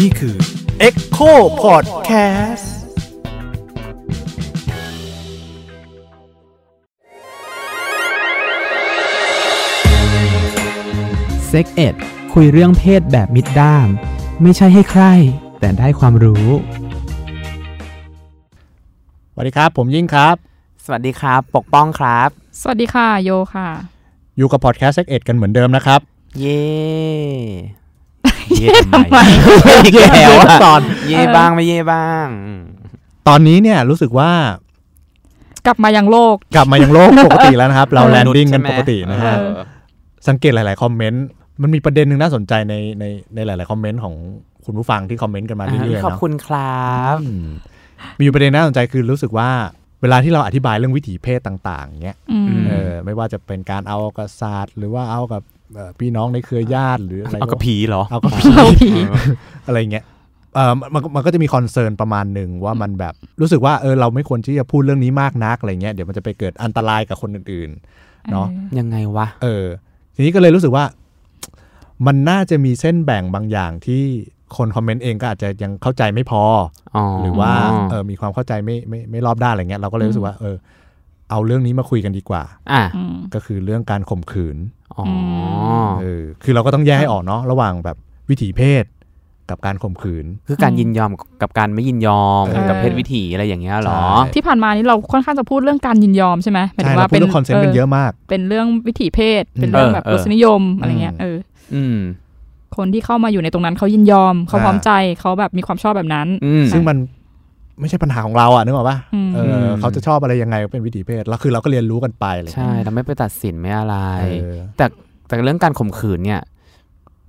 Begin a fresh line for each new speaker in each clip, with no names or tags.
นี่คือ
Echo Podcast
เซ็กเอ็ดคุยเรื่องเพศแบบมิดด้าม ไม่ใช่ให้ใคร แต่ได้ความรู้
สวัสดีครับ ผมยิ่งครับ
สวัสดีครับ ปกป้องครับ
สวัสดีค่ะโยค่ะ
อยู่กับพอดแคสต์เอ็ดกันเหมือนเดิมนะครับ
เย่
เย่ทำไม
อีกแล้วอะ
ตอน
เย่บ้างไม่เย่บ้างอืม
ตอนนี้เนี่ยรู้สึกว่าก
ลับมายังโลก
กลับมายังโลก ปกติแล้วนะครับ เราแลนดิ้งกันปกตินะฮะ
เออ
สังเกตหลาย ๆ คอมเมนต์ มันมีประเด็นหนึ่งน่าสนใจในในในหลาย ๆ คอมเมนต์ของคุณผู้ฟังที่คอมเมนต์กันมา
อ่า
เรื่อย ๆ
ขอบ
เนาะ
คุณครับ
อืมมีอยู่ประเด็นน่าสนใจคือรู้สึกว่าเวลาที่เราอธิบายเรื่องวิถีเพศต่าง ๆเนี่ย
อืม
เออไม่ว่าจะเป็นการเอากับศาสตร์หรือว่าเอากับเอ่อพี่น้องในเครือญาติหรืออะไร
เอากระผีเหรอ
เอากับผี
เราผี
อะไรเงี้ยเออมันมันก็จะมีคอนเซิร์นประมาณหนึ่งว่ามันแบบรู้สึกว่าเออเราไม่ควรที่จะพูดเรื่องนี้มากนักอะไรเงี้ยเดี๋ยวมันจะไปเกิดอันตรายกับคนอื่น ๆ เนาะ
ยังไงวะ
เออทีนี้ก็เลยรู้สึกว่า มันน่าจะมีเส้นแบ่งบางอย่างที่คนคอมเมนต์เองก็อาจจะยังเข้าใจไม่พอ
อ๋อ
หรือว่าเออมีความเข้าใจไม่ไม่ไม่รอบด้านอะไรเงี้ยเราก็เลยรู้สึกว่าเออเอาเรื่องนี้มาคุยกันดีกว่า
อ่ะ
อืม
ก็คือเรื่องการข่มขืน
อ๋ออ
เออคือเราก็ต้องแยกให้ออกเนาะระหว่างแบบวิถีเพศกับการข่มขืน
คือการยินยอมกับการไม่ยินยอม
เออ
กับเพศวิถีอะไรอย่างเงี้ยเหรอ
ใช่
ที่ผ่านมานี้เราค่อนข้างจะพูดเรื่องการยินยอมใช่ไหมหมาย
ใช่
ถึง
เรา
ว่า
พูดเรื่องคอนเซนต์กันเยอะมาก
เป็นเรื่องวิถีเพศ
อืม
เป็นเรื่องแบบ
เออ
ร
เออ
สนิยมอะไรเงี้ย
อืม
เออ
อืม
คนที่เข้ามาอยู่ในตรงนั้นเขายินยอมเขาพร้อมใจเขาแบบมีความชอบแบบนั้น
อืม
ซึ่งมันไม่ใช่ปัญหาของเราอะนึกออกปะ
อืม
เออเขาจะชอบอะไรยังไงเป็นวิถีเพศแล้วคือเราก็เรียนรู้กันไปเลย
ใช่เราไม่ไปตัดสินไม่อะไร
เออ
แต่เรื่องการข่มขืนเนี่ย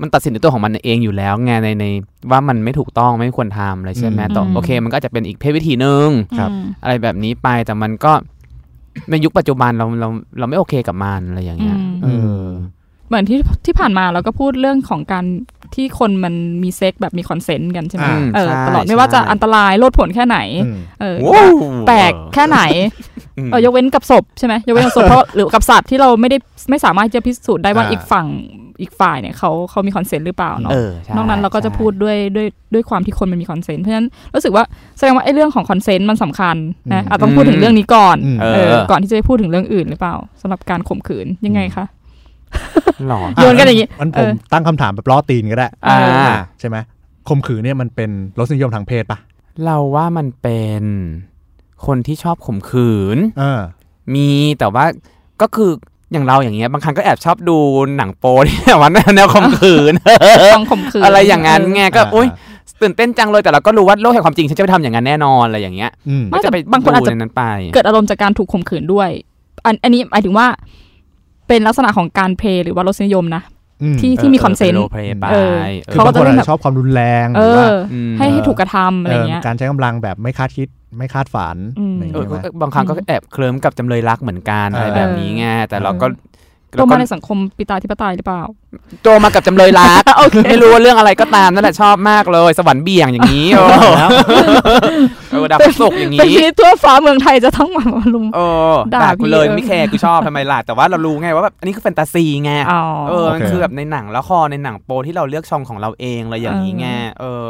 มันตัดสินด้วยตัวของมันเองอยู่แล้วไงในในว่ามันไม่ถูกต้องไม่ควรทำอะไรใช่ไหมแต่
อืม
โอเค มันก็อาจจะเป็นอีกเพศวิธีหนึ่ง
อืม
อะไรแบบนี้ไปแต่มันก็ ในยุคปัจจุบันเราเราเราไม่โอเคกับมันอะไรอย่าง
อื
เงี้ย
ม
เออ
เหมือนที่ที่ผ่านมาเราก็พูดเรื่องของการที่คนมันมีเซ็กแบบมีคอนเซนต์กันใช่ไหม
อืม
เออ
ใช่
ตลอดไม่ว่าจะอันตรายโลดผลแค่ไหน
อืม
เออ
โว้ว
แปลกแค่ไหน เออยกเว้นกับศพใช่ไหมยกเว้นกับศพเพราะหรือกับสัตว์ที่เราไม่ได้ไม่สามารถจะพิสูจน์ได้ว่า
อ่า
อีกฝั่งอีกฝ่ายเนี่ยเขาเขามีคอนเซนต์หรือเปล่าเนาะ
เออใช่
นอกนั้นเราก็จะ
ใช่
พูดด้วยด้วยด้วยความที่คนมันมีคอนเซนต์เพราะฉะนั้นรู้สึกว่าแสดงว่าไอ้เรื่องของคอนเซนต์มันสำคัญนะอาจต้องพูดถึงเรื่องนี้ก่อน
อืม
เอ
เออ
อ
ก่อนที่จะไปพูดถึงเรื่องอื่นหรือเปล่าสำหรับการข่มขืนยังไงคะ
หลอ
โยนกันอย่างงี้
มันผ
เอ
ม
อ
ตั้งคำถามแบบล้อตีนก็ได้
อ่า
ใช่ไหมข่มขืนเนี่ยมันเป็นรสนิยมทางเพศปะ
เราว่ามันเป็นคนที่ชอบข่มขืน
เออ
มีแต่ว่าก็คืออย่างเราอย่างเงี้ยบางครั้งก็แอบชอบดูหนังโป๊ที่แบบว่าแนวข่มขืน
ต้องข่มขืน
อะไรอย่างนั้นไงก็
อ่า
โอ๊ยตื่นเต้นจังเลยแต่เราก็รู้ว่าโลกแห่งความจริงฉันจะไปทำอย่างนั้นแน่นอนอะไรอย่างเงี้ย
อืม
ไม่แต่
ก็ไป
บางคนอาจจะ
ดูในั้นไป
เกิดอารมณ์จากการถูกข่มขืนด้วย อันอันนี้หมายถึงว่า เป็นลักษณะของการเพลย์หรือว่ารสนิยมนะ ที่ มีคอนเซนต์
โรเพลย์ไป
เออ
เอ
คื
อ
อ
เขา
บาง
ก็จะ
คน
เล่
อาจ
นแบบ
จะชอบความรุนแรงห
เอ
รือว่า
อ
ม
ให้ให้ถูกกระทำอะไร
เ
เงี้ย
การใช้กำลังแบบไม่คาดคิดไม่คาดฝัน
อื
อะ
ม
ไรอย่าง
เออ
เงี้
ก็
ยใช่ไหม
บางครั้งก็แอบเคลิ้มกับจำเลยรักเหมือนกัน
เอออ
อะไรแบบนี้ไงแต่เราก็
โต
เราก็
มาในสังคมปิตาธิปไตยหรือเปล่า
โตมากับจำเลยรักไม่รู้ว่าเรื่องอะไรก็ตามนั่นแหละชอบมากเลย สวรรค์เบี่ยงอย่างนี้โอ้โหเออดาวพฤหับสุกร์อย่าง
เป็น
นี้
ที่ทั่วฟ้าเมืองไทยจะต้องมามาลุม
โอ้
ด่า
ด่า
พี่
กูเลย
เออ
ไม่แคร์กูชอบทำไมล่ะแต่ว่าเรารู้ไงว่าแบบอันนี้คือแฟนตาซีไง
อ๋อ
เออ มัน
โอเค
คือแบบในหนังละครในหนังโปที่เราเลือกช่องของเราเองอะไรอย่างนี้ไง เออ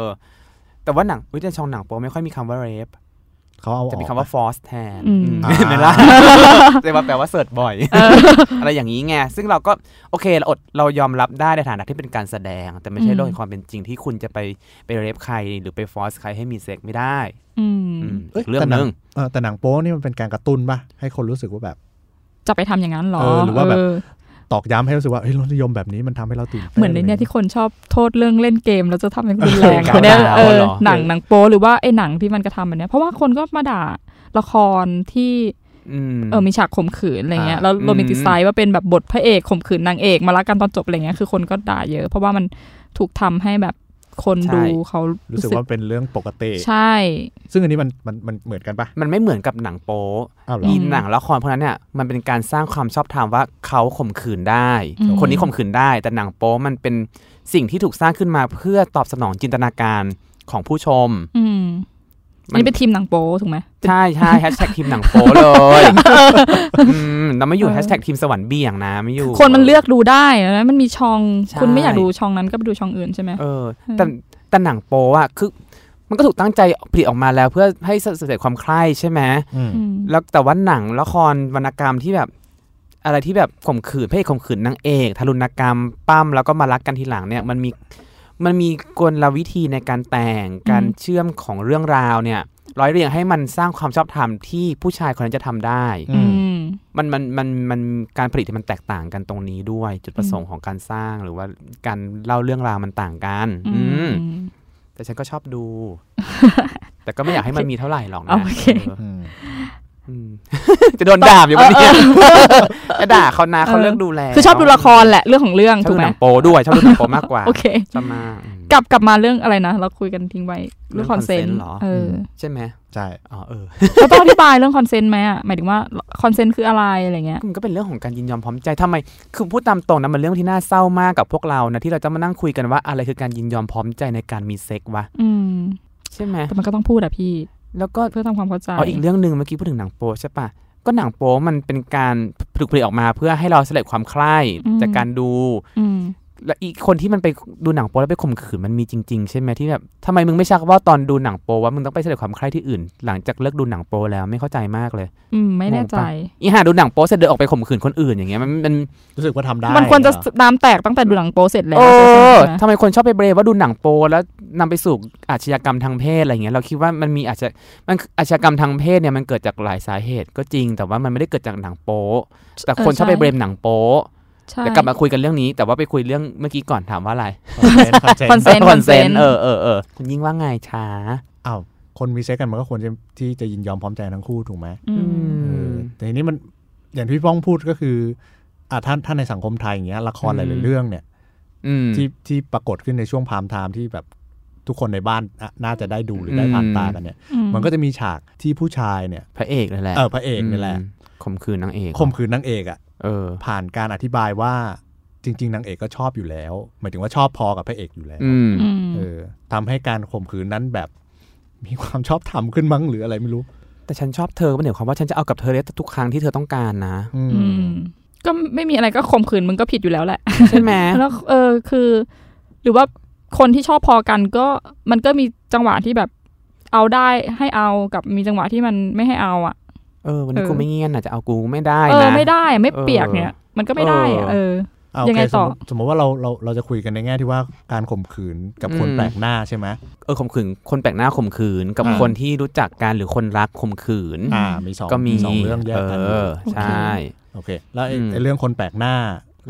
แต่ว่าหนังวิจารช่องหนังโปไม่ค่อยมีคำว่า rape
เขาเอาออก
จะมีคำว่า force แทน
อืม
อืม
อ่า
เห็นไหมล่ะแต่ว่าแปลว่าเสิร์ชบ่อย อะไรอย่างนี้ไง ซึ่งเราก็โอเคเราอดเรายอมรับได้ในฐานะที่เป็นการแสดง แต่ไม่ใช่โลกแห่งความเป็นจริงที่คุณจะไปไป rape ใครหรือไป force ใครให้มีเซ็กไม่ได้
อืม
อืม
เอ้ย
อีกเรื่อง
แต่ห
ห
นั
นึ่ง
เออแต่หนังโป๊นี่มันเป็นการกระตุ้นป่ะ ให้คนรู้สึกว่าแบบ
จะไปทำอย่างนั้นเหรอ
เออหรือว่าแบบ
เ
ตอกย้ำให้รู้สึกว่าเฮ้ยรสนิยมแบบนี้มันทำให้เราตื่นต้
เหมือนในเนี่ยที่คนชอบโทษเรื่องเล่นเกมแล้วจะทำให้รุนแรง
เออ
คนเนี้ย
กาว
เออ
เหรอ
หนังหนังโป๊หรือว่าไอ้หนังที่มันกระทำแบบเนี้ยเพราะว่าคนก็มาด่าละครที่
อืม
เออมีฉากข่มขืนอะไรเงี้ย
อ่า
แล้วโรแมนติไซ
อื
ด์
ม
ว่าเป็นแบบบทพระเอกข่มขืนนางเอกมารักกันตอนจบอะไรเงี้ยคือคนก็ด่าเยอะ เพราะว่ามันถูกทำให้แบบคนดูเขา
รู้
รู้
สึ
สึ
ก
ก
ว่าเป็นเรื่องปกติ
ใช่
ซึ่งอันนี้มันมันมันเหมือนกันป่ะ
มันไม่เหมือนกับหนังโป
อ้าวเหรอ
อีหนังละครเพราะนั้นเนี่ยมันเป็นการสร้างความชอบธรรมว่าเขาข่มขืนได้
อืม
คนนี้ข่มขืนได้ แต่หนังโป๊มันเป็นสิ่งที่ถูกสร้างขึ้นมาเพื่อตอบสนองจินตนาการของผู้ชม
อืม อันนี้เป็นทีมหนังโป๊ถูกไหม
ใช่ ใช่แฮชแท็กทีมหนังโป๊ เลยอืมเราไม่อยู่
เออ
แฮชแท็กทีมสวรรค์เบี่ยงนะไม่อยู่
คนมันเลือกดูได้นะมันมีช่อง
ใช่
คุณไม่อยากดูช่องนั้นก็ไปดูช่องอื่นใช่ไหม
เออแต่
อืม
แต่หนังโป๊อะคือมันก็ถูกตั้งใจผลิตออกมาแล้วเพื่อให้สำเร็จความใคร่ใช่ไหม
อืม
ม
แล้วแต่ว่าหนังละครวรรณกรรมที่แบบ อะไรที่แบบข่มขืนพระเอกข่มขืนนางเอกทารุณกรรมปั้มแล้วก็มารักกันทีหลังเนี่ย มันมีมันมีกลวิธีในการแต่งการเชื่อมของเรื่องราวเนี่ย ร้อยเรียงให้มันสร้างความชอบธรรมที่ผู้ชายคนนั้นจะทำได้
อื
อืม
มันมันมันมันการผลิตมันแตกต่างกันตรงนี้ด้วย จุดประสงค์ของการสร้างหรือว่าการเล่าเรื่องราวมันต่างกัน อืม แต่ฉันก็ชอบดู แต่ก็ไม่อยากให้มันมีเท่าไหร่หรอกนะ
โอเค
ออ
อืม
อืม จะโดนด่าอยู่วันนี้ จะด่าเขานะเขาเลิกดูแล
คือชอบดูละครแหละเรื่องของเรื่อง
ชอบ
ถู
ดู
กไหม
หนังโปด้วยชอบดูหนังโปมากกว่า
โอเค
ชอบมากอืม
กลับกลับมาเรื่องอะไรนะ เราคุยกันทิ้งไว้เรื่องคอนเซนต์
เรื่อง consent เหรอ
เอออ
ม
ใช่ไหม
ใช่
อ๋อเออ
เราต้องอธิบายเรื่องคอนเซนต์ไหมอ่ะหมายถึงว่าคอนเซนต์คืออะไรอะไรเงี้ย
มันก็เป็นเรื่องของการยินยอมพร้อมใจทำไม คือพูดตามตรงนะมันเรื่องที่น่าเศร้ามากกับพวกเรานะที่เราจะมานั่งคุยกันว่าอะไรคือการยินยอมพร้อมใจในการมีเซ็กซ์วะ
อืม
ใช่ไหม
แต่มันก็ต้องพูดอะพี่
แล้วก็
เพื่อทำความเข้าใจ
อ๋ออีกเรื่องหนึ่งเมื่อกี้พูดถึงหนังโป๊ใช่ปะก็หนังโป๊มันเป็นการถูกผลิตออกมาเพื่อให้เราเสลดความใคร่
อืม
จากการดู
อืม
และอีกคนที่มันไปดูหนังโป๊แล้วไปข่มขืนมันมีจริง ๆ ใช่ไหมที่แบบทำไมมึงไม่ชักว่าตอนดูหนังโป๊ว่ามึงต้องไปเสลดความใคร่ที่อื่น หลังจากเลิกดูหนังโป๊แล้วไม่เข้าใจมากเลย
อืม ไม่แน่ใจ
งงป อีห่าดูหนังโป๊เสร็จเดินออกไปข่มขืนคนอื่นอย่างเงี้ยมันมัน
รู้สึกว่าทำได้
มันควรจะ
เหอ
น้ำแตกตั้งแต่ดูหนังโป๊เสร็จแล้ว
โอ้
ใช่ไหม
ทำไมคนชอบไปเบรมว่าดูหนังโป๊แล้วนำไปสู่อาชญากรรมทางเพศอะไรเงี้ยเราคิดว่ามันมีอาชญามันอาชญากรรมทางเพศเนี่ยมันเกิดจากหลายสาเหตุก็จริง แต่ว่ามันไม่ได้เกิดจากหนังโป๊แต่คนชอบไปเบรมหนังโป๊
ใช่
จะกลับมาคุยกันเรื่องนี้ แต่ว่าไปคุยเรื่องเมื่อกี้ก่อนถามว่าอะไร
คอนเซนต์คอนเซนต์
เออเออเออคุณยิ่งว่าไงช้า
อ้าวคนมีเซ็กกันมันก็ควรจะที่จะยินยอมพร้อมใจทั้งคู่ถูกไหม
อืม
เออแต่ทีนี้มันอย่างที่พี่ป้องพูดก็คืออ่ะถ้าถ้าในสังคมไทยอย่างเงี้ยละครหลายๆเรื่องเนี่ย
อืม
ที่ที่ปรากฏขึ้นในช่วงพามไทม์ที่แบบทุกคนในบ้านอ่ะน่าจะได้ดูหรือได้
อืม
ผ่านตากันเนี่ย มันก็จะมีฉากที่ผู้ชายเนี่ย
พระเอกนั่นแหละ
เออพระเอกนี่แหละ
มข่มขืนนางเอก
ข่มขืนนางเอกอ่ะ
เออ
ผ่านการอธิบายว่าจริง ๆนางเอกก็ชอบอยู่แล้วหมายถึงว่าชอบพอกับพระเอกอยู่แล้ว
อืม
อืม
เออทำให้การข่มขืนนั้นแบบมีความชอบธรรมขึ้นมั้งหรืออะไรไม่รู้
แต่ฉันชอบเธอมันเดี๋ยวความว่าฉันจะเอากับเธอเลยทุกครั้งที่เธอต้องการนะ
อืม
อืม ก็ไม่มีอะไรก็ข่มขืนมึงก็ผิดอยู่แล้วแหละ
ใช่ไหม
แล้วเออคือ หรือว่าคนที่ชอบพอกันก็มันก็มีจังหวะที่แบบเอาได้ให้เอากับมีจังหวะที่มันไม่ให้เอาอ่ะ
เออวันนี้
เออ
กูไม่เงียนอาจจะเอากูไม่ได้
เออ
นะ
ไม่ได้ไม่เปียก
เออ
เนี่ย มันก็ไม่ได้อะ
เออ
เออ
อ่ะโเค
ยังไงต่อ
สมมุสมมติว่าเราเราเราจะคุยกันในแง่ที่ว่าการข่มขืนกับคน
อืม
แปลกหน้าใช่ไหม
เออข่มขืนคนแปลกหน้าข่มขืนกับ
อ่า
คนที่รู้จักกันหรือคนรักข่มขืน
อ่า มีสอง
ก็มี
สองเรื่องแยกกัน
เออใช่
โอเค แล้วไอ้
อืม
ไอ้เรื่องคนแปลกหน้า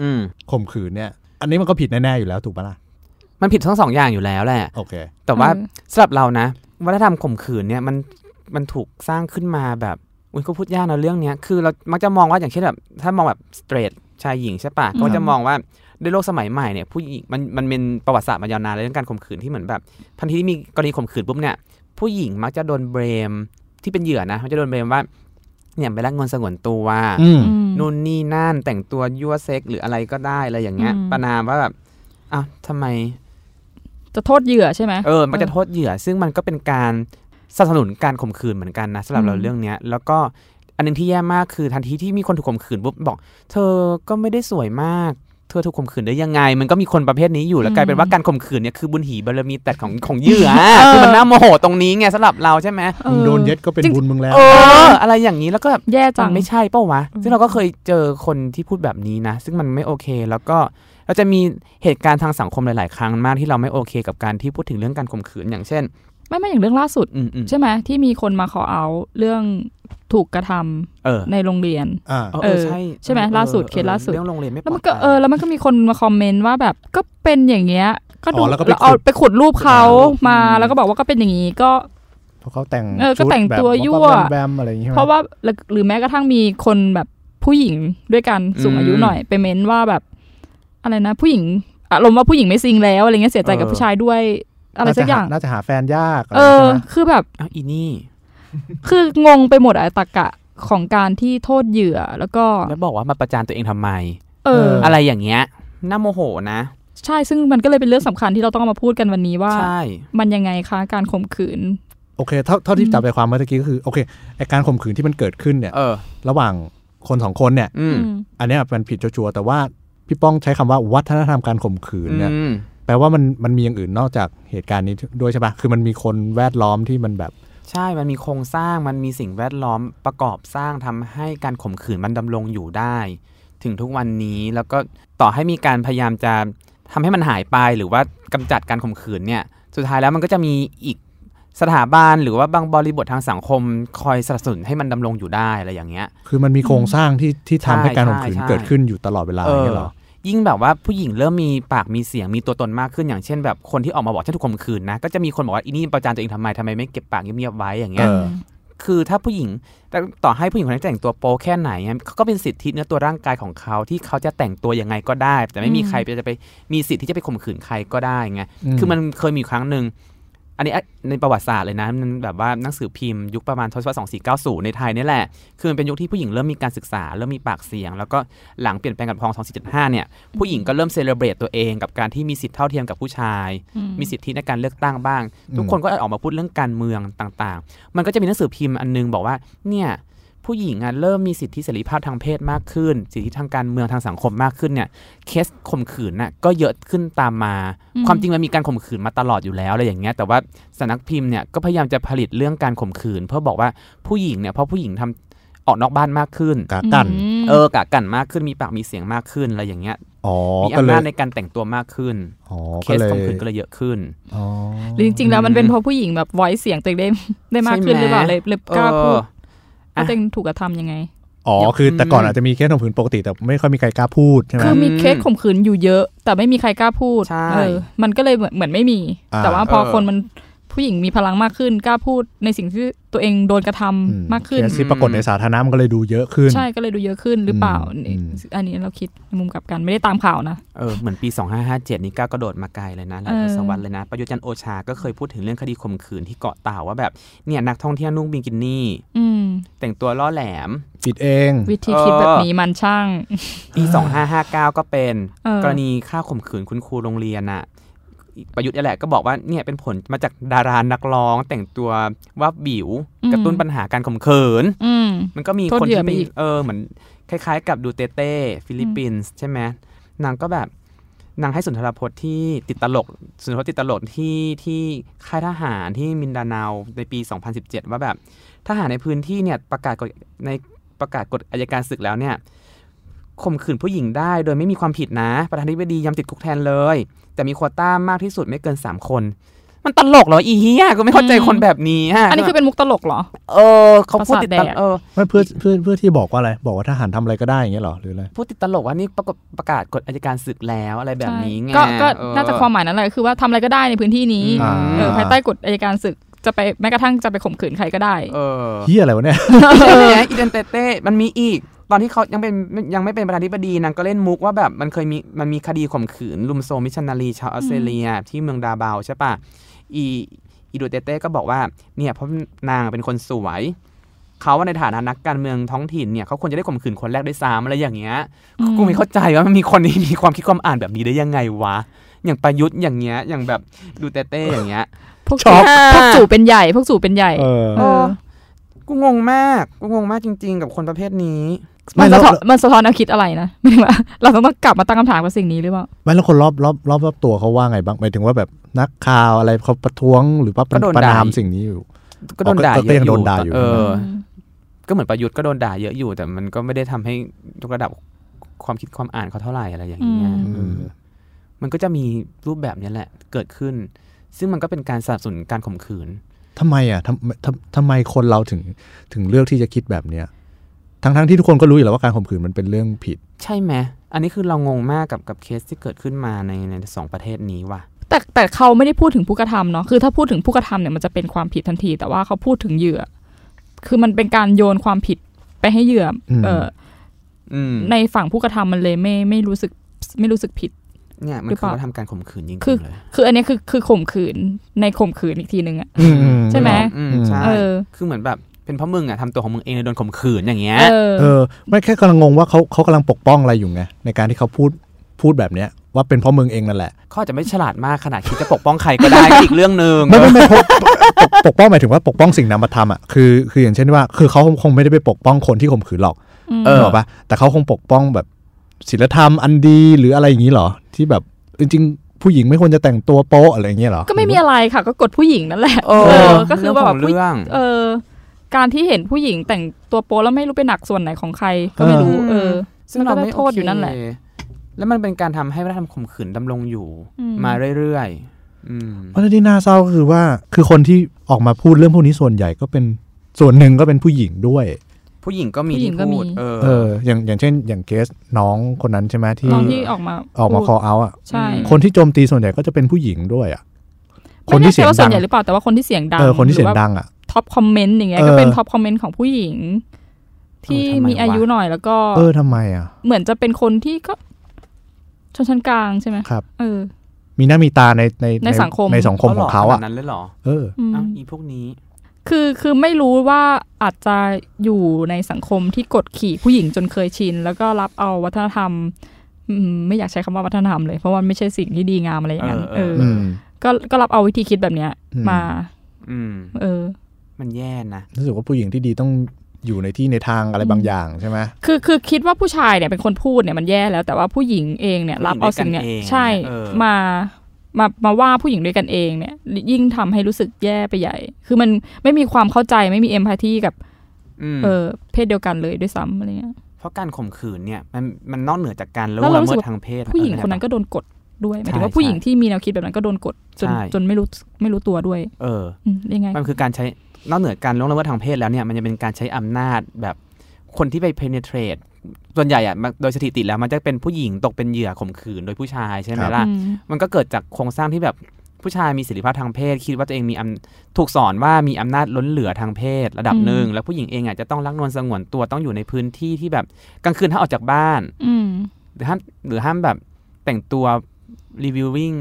อืม
ข่มขืนเนี่ย อันนี้มันก็ผิดแน่ๆอยู่แล้วถูกปะล่ะ
มันผิดทั้งสองอย่างอยู่แล้วแหละ
โอเค
แต่ว่า
เออ
สำหรับเรานะวัฒนธรรมข่มขืนเนี่ยมันมันถูกสร้างขึ้นมาแบบอุ้ยก็พูดยากนะเรื่องเนี้ยคือเรามักจะมองว่าอย่างเช่นแบบถ้ามองแบบสเตรทชายหญิงใช่ปะ
อืม
ก็จะมองว่าด้วยโลกสมัยใหม่เนี่ยผู้หญิงมันมันเป็นประวัติศาสตร์มายาวนานเลยเรื่องการข่มขืนที่เหมือนแบบทันทีที่มีกรณีข่มขืนปุ๊บเนี่ยผู้หญิงมักจะโดนเบรมที่เป็นเหยื่อนะมักจะโดนเบรมว่าเนี่ยไปรักเงินสงวนตัว
อืม
อืม
นู่นนี่นั่นแต่งตัวยั่วเซ็กหรืออะไรก็ได้อะไรอย่างเงี้ย
อืม
ประนามว่าแบบอ้าวทำไม
จะโทษเหยื่อใช่ไหม
เออ มันจะโทษเหยื่อ ซึ่งมันก็เป็นการสนับสนุนการข่มขืนเหมือนกันนะสำหรับเรา
อืม
เรื่องเนี้ย แล้วก็อันหนึงที่แย่มากคือทันทีที่มีคนถูกข่มขืนปุ๊บบอก เธอก็ไม่ได้สวยมาก เธอถูกข่มขืนได้ยังไง มันก็มีคนประเภทนี้อยู่ แล้วกลายเป็นว่าการข่มขืนเนี่ยคือบุญหีบารมีแต่ของของเหยื่อ คือมันน่าโมโหตรงนี้ไงสำหรับเราใช่ไหม
มึงโดนเย็
เออ
ดก็เป็น
จริง
บุญมึงแล้ว
เออ อะไรอย่างนี้แล้วก็แบบ
แย่จั
มั
ง
นไม่ใช่เป้าวะ
อืม
ซึ่งเราก็เคยเจอคนที่พูดแบบนี้นะ ซึ่งมันไม่โอเค แล้วก็เราจะมีเหตุการณ์ทางสังคมหลาย ๆ ครั้งมากที่เราไม่โอเคกับการที่พูดถึงเรื่องการข่มขืนอย่างเช่น
ไม่ไม่อย่างเรื่องล่าสุด
อืมอืม
ใช่ไหมที่มีคนมาขอเอาเรื่องถูกกระทำ
เออ
ในโรงเรียน
อ่า
เออเออใช่
ใช่ไหมล่าสุดเคสล่าสุด
เรื่องโรงเรียนไม่
แล้วมัน
ป
ก็
ดภัย
เออแล้วมันก็มีคนมาคอมเมนต์ว่าแบบก็เป็นอย่างเงี้ย ก็ดู
อ๋อแล้วก็ไป
แล้วเอา
ขุด
ไปขุดรูปเขามาแล้วก็บอกว่าก็เป็นอย่างงี้ก็
เพราะเขาแต่ง
เออก็
ชุด
แต่ง
บบ
ตัว
บ๊อบ
ยั่ว
บ๊อบแบมแบมอะไรอย่างเงี้ย
เพราะว่าแล้วหรือแม้กระทั่งมีคนแบบผู้หญิงด้วยกันสูงอายุหน่อยไปเม้นว่าแบบอะไรนะ ผู้หญิงอารมณ์ว่าผู้หญิงไม่ซิงแล้วอะไรเงี้ยเสียใจกับผู้ชายด้วยอะไรสักอย่าง
น่าจะหาแฟนยากอะไร
เออ
ใช่ไหม
คือแบบ
อ้าวอีนี่
คืองงไปหมดอะตรกกะของการที่โทษเหยื่อแล้วก็
แล้วบอกว่ามาประจานตัวเองทำไม
เออ
อะไรอย่างเงี้ย น่าโมโหนะ
ใช่ซึ่งมันก็เลยเป็นเรื่องสำคัญที่เราต้องเอามาพูดกันวันนี้ว่า
ใช่
มันยังไงคะการข่มขืน
โอเคเท่าเท่าที่จับใจความเมื่อกี้ก็คือโอเคไอการข่มขืนที่มันเกิดขึ้นเนี่ย
เออ
ระหว่างคนสองคนเนี่ย
อืม
อืม
อันเนี้ยมันผิดชัวร์ๆแต่ว่าพี่ป้องใช้คำว่าวัฒนธรรมการข่มขืนเนี่ย
อืม
แปลว่ามันมันมีอย่างอื่นนอกจากเหตุการณ์นี้ด้วยใช่ปะคือมันมีคนแวดล้อมที่มันแบบ
ใช่มันมีโครงสร้างมันมีสิ่งแวดล้อมประกอบสร้างทำให้การข่มขืนมันดำรงอยู่ได้ ถึงทุกวันนี้แล้วก็ต่อให้มีการพยายามจะทำให้มันหายไปหรือว่ากำจัดการข่มขืนเนี่ย สุดท้ายแล้วมันก็จะมีอีกสถาบันหรือว่าบางบริบททางสังคม คอยสนับสนุนให้มันดำรงอยู่ได้อะไรอย่างเงี้ย
คือมันมีโครงสร้างที่ที่ทำให้การข่มขืน
ใช่ใช่
เกิดขึ้นอยู่ตลอดเวลาอย่างเงี้ยเหรอ
ยิ่งแบบว่าผู้หญิงเริ่มมีปากมีเสียงมีตัวตนมากขึ้นอย่างเช่นแบบคนที่ออกมาบอกฉันถูกข่มขืนนะ ก็จะมีคนบอกว่าอีนี่ประจานตัวเองทำไมทำไมไม่เก็บปากเงียบๆไว้อย่างเงี้ย
เออ
คือถ้าผู้หญิงแต่ต่อให้ผู้หญิงคนนั้นจะแต่งตัวโป๊แค่ไหนเนี่ยเขาก็เป็นสิทธิเนื้อตัวร่างกายของเขาที่เขาจะแต่งตัวยังไงก็ได้ แต่ไม่มี
อืม
ใครจะไปมีสิทธิ์ที่จะไปข่มขืนใครก็ได้ไง
อืม
คือมันเคยมีอยู่ครั้งหนึ่ง อันนี้ในประวัติศาสตร์เลยนะ มันแบบว่าหนังสือพิมพ์ยุคประมาณทศวรรษ2490 ในไทยนี่แหละ คือมันเป็นยุคที่ผู้หญิงเริ่มมีการศึกษา เริ่มมีปากเสียง แล้วก็หลังเปลี่ยนแปลงกับพอง2475 เนี่ย ผู้หญิงก็เริ่มเซเลบรตตัวเองกับการที่มีสิทธิเท่าเทียมกับผู้ชาย
อืม
มีสิทธิในการเลือกตั้งบ้าง
อืม
ทุกคนก็ออกมาพูดเรื่องการเมืองต่างๆ มันก็จะมีหนังสือพิมพ์อันนึงบอกว่า เนี่ย ผู้หญิงอ่ะเริ่มมีสิทธิเสรีภาพทางเพศมากขึ้น สิทธิทางการเมืองทางสังคมมากขึ้นเนี่ย เคสข่มขืนน่ะก็เยอะขึ้นตามมา
อืม
ความจริงมันมีการข่มขืนมาตลอดอยู่แล้วอะไรอย่างเงี้ย แต่ว่าสำนักพิมพ์เนี่ยก็พยายามจะผลิตเรื่องการข่มขืน เพื่อบอกว่าผู้หญิงเนี่ยเพราะผู้หญิงทำออกนอกบ้านมากขึ้น
กากัน
ม
เออกะกันมากขึ้นมีปากมีเสียงมากขึ้นอะไรอย่างเงี้ย
อ๋อ
มี
ก็
อำ
เล
นาจ
ย
ในการแต่งตัวมากขึ้น
อ๋อ
เค
ก็
ส
เลย
ข่มขืนก็เลยเยอะขึ้น
อ๋อ
หรือจริงๆแล้วมันเป็นเพราะผู้หญิงแบบไว้เสียงตัวเองได้ได้มากขึ้นหรือเปล่าเลยเลยกล้าพูดว่าตัวเองถูกกระทำยังไง
อ๋อคือแต่ก่อนอาจจะมีเคสข่มขืนปกติแต่ไม่ค่อยมีใครกล้าพูดใช่ไหม
คือมีเคสข่มขืนอยู่เยอะ แต่ไม่มีใครกล้าพูด
ใช่
เออมันก็เลยเหมือนเหมือนไม่มี
อ่า
แต่ว่าพอ
เออ
คนมันผู้หญิงมีพลังมากขึ้นกล้าพูดในสิ่งที่ตัวเองโดนกระทำ
อืม
มาก
เค
ขึ้น
สที่ปรากฏในสาธารณะมันก็เลยดูเยอะขึ้น
ใช่ก็เลยดูเยอะขึ้นหรือเปล่า
อืม
นี่
อืม
อันนี้เราคิดในมุมกลับกันไม่ได้ตามข่าวนะ
เออเหมือนปี 2557 นี่ก้าวกระโดดมาไกลเลยนะหลาย
เอ
ท
อ
ศวรรษเลยนะ ประยุทธ์จันทร์โอชาก็เคยพูดถึงเรื่องคดีข่มขืนที่เกาะเต่าว่าแบบเนี่ยนักท่องเที่ยวนุ่งบิกินี่
อืม
แต่งตัวล่อแหลม
ผิดเอง
วิธีคิดแบบนี้มันช่าง
ปี 2559 ก็เป็น
เออ
กรณีฆ่าข่มขืนคุณครูโรงเรียนอะประยุทธ์นี่แหละก็บอกว่าเนี่ยเป็นผลมาจากดารานักร้อง แต่งตัวว่าบวิว กระตุ้นปัญหาการข่มขืน
อืม
มันก็มี
โทษ
คน
เหยื่อ
ที่
ไป
มี
อีก
เออเหมือนคล้ายๆ กับดูเตเต้ฟิลิปปินส์ใช่ไหมนางก็แบบนางให้สุนทรพจน์ที่ติดตลกสุนทรพจน์ติดตลกที่ที่ค่ายทหารที่มินดาเนาในปี 2017 ว่าแบบทหารในพื้นที่เนี่ยประกาศกฎในประกาศกฎอายการศึกแล้วเนี่ยข่มขืนผู้หญิงได้โดยไม่มีความผิดนะ ประธานาธิบดียำติดคุกแทนเลย แต่มีโควต้ามากที่สุดไม่เกิน 3 คน มันตลกเหรออีเฮียกูไม่เข้าใจ
อืม
คนแบบนี้ะ
อันนี้คือเป็นมุกตลกเหรอ
เออเขาพูดติดตลก
ประสาทแดก
เออ
ไม่เพื่อเพื่อเพื่อที่บอกว่าอะไร บอกว่าทหารทำอะไรก็ได้อย่างเงี้ยเหรอหรืออะไร
พูดติดตลกว่านี่ประกาศประกาศกฎอัยการศึกแล้วอะไรแบบนี้ไง
ใช่ก็ก็
เออ
น่าจะความหมายนั้นแหละคือว่าทำอะไรก็ได้ในพื้นที่นี้
อืม
เออภายใต้กฎอัยการศึกจะไปแม้กระทั่งจะไปข่มขืนใครก็ได้
เออ
เฮียอะไรวะเนี่ย
ใช่ไหม อีเดนเตเต้มันมีอีก ตอนที่เขายังเป็นยังไม่เป็นประธานาธิบดีนางก็เล่นมุกว่าแบบมันเคยมีมันมีคดีข่มขืนลุมโซมิชชันนารีชาวออสเตรเลียที่เมืองดาเบาวใช่ปะอีอีดูเตเต้ก็บอกว่าเนี่ยเพราะนางเป็นคนสวย เขาว่าในฐานะนักการเมืองท้องถิ่นเนี่ยเขาควรจะได้ข่มขืนคนแรกด้วยซ้ำอะไรอย่างเงี้ย
อืม
กูไม่เข้าใจว่ามันมีคนที่มีความคิดความอ่านแบบนี้ได้ยังไงวะ อย่างประยุทธ์อย่างเงี้ย อย่างแบบดูเตเต้อย่างเงี้ย
พวก
ช็อก
พวกสู่เป็นใหญ่พวกสู่เป็นใหญ่
เออ
เออ
กูงงมาก กูงงมากจริง ๆ กับคนประเภทนี้
ไม่
มัน
แล้ว
สะท้อนมันสะท้อนแนวคิดอะไรนะ หมายถึงว่า เราต้องกลับมาตั้งคำถามกับสิ่งนี้หรือเปล่า
ไม่แล้วคนรอบรอบรอบรอบตัวเขาว่าไงบ้างหมายถึงว่าแบบนักข่าวอะไรเขาประท้วงหรือว่า
ก็โดน
ประนาม
ด่า
สิ่งนี้อยู่
ก็โดน
อ๋อก็
ด่าเย
ก็
อะ
ยัง
อ
โด
ยู่
นด่าอยู่
เออ ก็เหมือนประยุทธ์ก็โดนด่าเยอะอยู่ แต่มันก็ไม่ได้ทำให้ยกระดับความคิดความอ่านเขาเท่าไหร่อะไรอย่างเงี้ย
อืม
เออมันก็จะมีรูปแบบเนี้ยแหละเกิดขึ้น ซึ่งมันก็เป็นการสนับสนุนการข่มขืน
ทำไมอ่ะทำทำทำไมคนเราถึงถึงเลือกที่จะคิดแบบเนี้ยทั้งทั้งที่ทุกคนก็รู้อยู่แล้วว่าการข่มขืนมันเป็นเรื่องผิด
ใช่ไหมอันนี้คือเรางงมากกับกับเคสที่เกิดขึ้นมาในในสองประเทศนี้ว่ะ
แต่แต่เขาไม่ได้พูดถึงผู้กระทำเนาะคือถ้าพูดถึงผู้กระทำเนี่ยมันจะเป็นความผิดทันที แต่ว่าเขาพูดถึงเหยื่อ คือมันเป็นการโยนความผิดไปให้เหยื่ออ
ม
เออ
อืม
ในฝั่งผู้กระทำมันเลยไม่ไม่รู้สึกไม่รู้สึกผิด
เนี่ยมัน
หรือ
คื
เป
อ
ล่า
ว่าทำการข่มขืนจริง
คือ
ๆเลย
คืออันเนี้ยคือคือข่มขืนในข่มขืนอีกทีนึงอะ ใช่ไหม
อืมใช่
เออ
คือเหมือนแบบเป็นเพราะมึงอ่ะทำตัวของมึงเองเลยโดนข่มขืนอย่างเงี้ย
เออ
เออ ไม่แค่กำลังงงว่าเขาเขากำลังปกป้องอะไรอยู่ไงในการที่เขาพูดพูดแบบเนี้ย ว่าเป็นเพราะมึงเองนั่นแหละ
เขาอาจจะไม่ฉลาดมากขนาดคิดจะปกป้องใครก็ได้ ก็อีกเรื่องหนึ่ง
ไม่ไม่ไม่ปกปกปกป้องหมายถึงว่าปกป้องสิ่งนามธรรมอ่ะคือคืออย่างเช่นว่า คือเขาคงไม่ได้ไปปกป้องคนที่ข่มขืนหรอก
ม
เหรอกปะแต่เขาคงปกป้องแบบศีลธรรมอันดีหรืออะไรอย่างนี้เหรอ ที่แบบจริงๆผู้หญิงไม่ควรจะแต่งตัวโป๊ะอะไรอย่างเงี้ยเหรอ
ก็ไม่มีอะไรค่ะ ก็กดผู้หญิงนั่นแหละ
เอ
เอ
อ
อก็คือว่าแบบผู้
เรื่องของ
เอ
เรื่อง
อ การที่เห็นผู้หญิงแต่งตัวโป๊แล้วไม่รู้เป็นหนักส่วนไหนของใคร ก็ไม่รู้
เออ
เออ
ซึ่งเราไม่
มันก็ได้โทษอยู่นั่นแหละ
โเคแล้วมันเป็นการทำให้วัฒนธรรมข่มขืนดำรงอยู่
อื
มาเรื่อยๆอืม
เพราะฉะนั้นที่น่าเศร้าก็คือว่าคือคนที่ออกมาพูดเรื่องพวกนี้ส่วนใหญ่ก็เป็นส่วนหนึ่งก็เป็นผู้หญิงด้วย
ผู้หญิงก็มี
ผู้หญิ
ที่
งก็
พูด
มี
เออ
เอออย่างอย่างเช่น อย่างเคสน้องคนนั้นใช่ไหมที่
น้องที่ออกมา
ออกมาค
พู
อ
ด
เอาอ่ะ
ใช่
อืม
คนที่โจมตีส่วนใหญ่ก็จะเป็นผู้หญิงด้วยอ่ะคน
ไม่แน่
ที่
ใจ
เสียง
ว่าส่
ดั
วน
ง
ใหญ่หรือเปล่าแต่ว่าคนที่เสียงดัง
เออคนที่เสียง
หรือว่า
ดังอ่ะ
ท็อปคอมเมนต์อย่างเงี้ย
เออ
ก็เป็นท็อปคอมเมนต์ของผู้หญิง ที่
เออทำไม
มีอายุ
วะ
หน่อยแล้วก็
เออทำไมอ่ะ
เหมือนจะเป็นคนที่ก็ ชนชั้นกลางใช่ไหม
ครับ
เออ
มีหน้ามีตาในใน
ในสังคม
ในสังคมของเขาอ่ะ
หรขนดนั้นเลยเหรอ
เออ
อืม
อ้าวอีพวกนี้
คือคือไม่รู้ว่าอาจจะอยู่ในสังคมที่กดขี่ผู้หญิงจนเคยชิน แล้วก็รับเอาวัฒนธรรมอืมไม่อยากใช้คำว่าวัฒนธรรมเลย เพราะมันไม่ใช่สิ่งที่ดีงามอะไรอย่างนั้น
เออเอ
เออ
อ
อืม
ก็ก็รับเอาวิธีคิดแบบเนี้ย
อืม
มา
อืม
เออ
มันแย่นะ
รู้สึกว่าผู้หญิงที่ดีต้องอยู่ในที่ในทางอะไรบางอย่างใช่ไหม
คือคือคิดว่าผู้ชายเนี่ยเป็นคนพูดเนี่ยมันแย่แล้วแต่ว่าผู้หญิงเองเนี่ย รับเอาสิ่งเนี่ยใช่
เออ
มามามาว่าผู้หญิงด้วยกันเองเนี่ย ยิ่งทำให้รู้สึกแย่ไปใหญ่ คือมันไม่มีความเข้าใจไม่มีเอมพัตตีกับ
ม
เออเพศเดียวกันเลยด้วยซ้ำอะไรเงี้ย
เพราะการข่มขืนเนี่ย มันมันนอกเหนือจากการ
แล้
ล่ว
ว
ง
เรา
ละ
รู้
เมิ
สึ
ด
ก
ทางเพศ
ผู้หญิงคนนั้นก็โดนกดด้วยหมายถึงว่า
ใช่
ผู้หญิงที่มีแนวคิดแบบนั้นก็โดนกดจน
ใช่
จนไม่รู้ไม่รู้ตัวด้วย
เออ
อืมยังไง
มันคือการใช้นอกเหนือการล่วงละเมิดทางเพศแล้วเนี่ยมันจะเป็นการใช้อำนาจแบบคนที่ไป penetrate ส่วนใหญ่อะมันโดยสถิติแล้วมันจะเป็นผู้หญิงตกเป็นเหยื่อข่มขืนโดยผู้ชายใช่ไหมล่ะ
อืม
มันก็เกิดจากโครงสร้างที่แบบผู้ชายมีเสิทธิภาพทางเพศ คิดว่าตัวเองมีอำถูกสอนว่ามีอำนาจล้นเหลือทางเพศระดับหนึ่ง
อืม
แล้วผู้หญิงเองอ่ะจะต้องรักนวลสงวนตัวต้องอยู่ในพื้นที่ที่แบบกลางคืนห้ามออกจากบ้าน
อืม
หรือห้ามหรือห้ามแบบแต่งตัวรีวิววิ่ง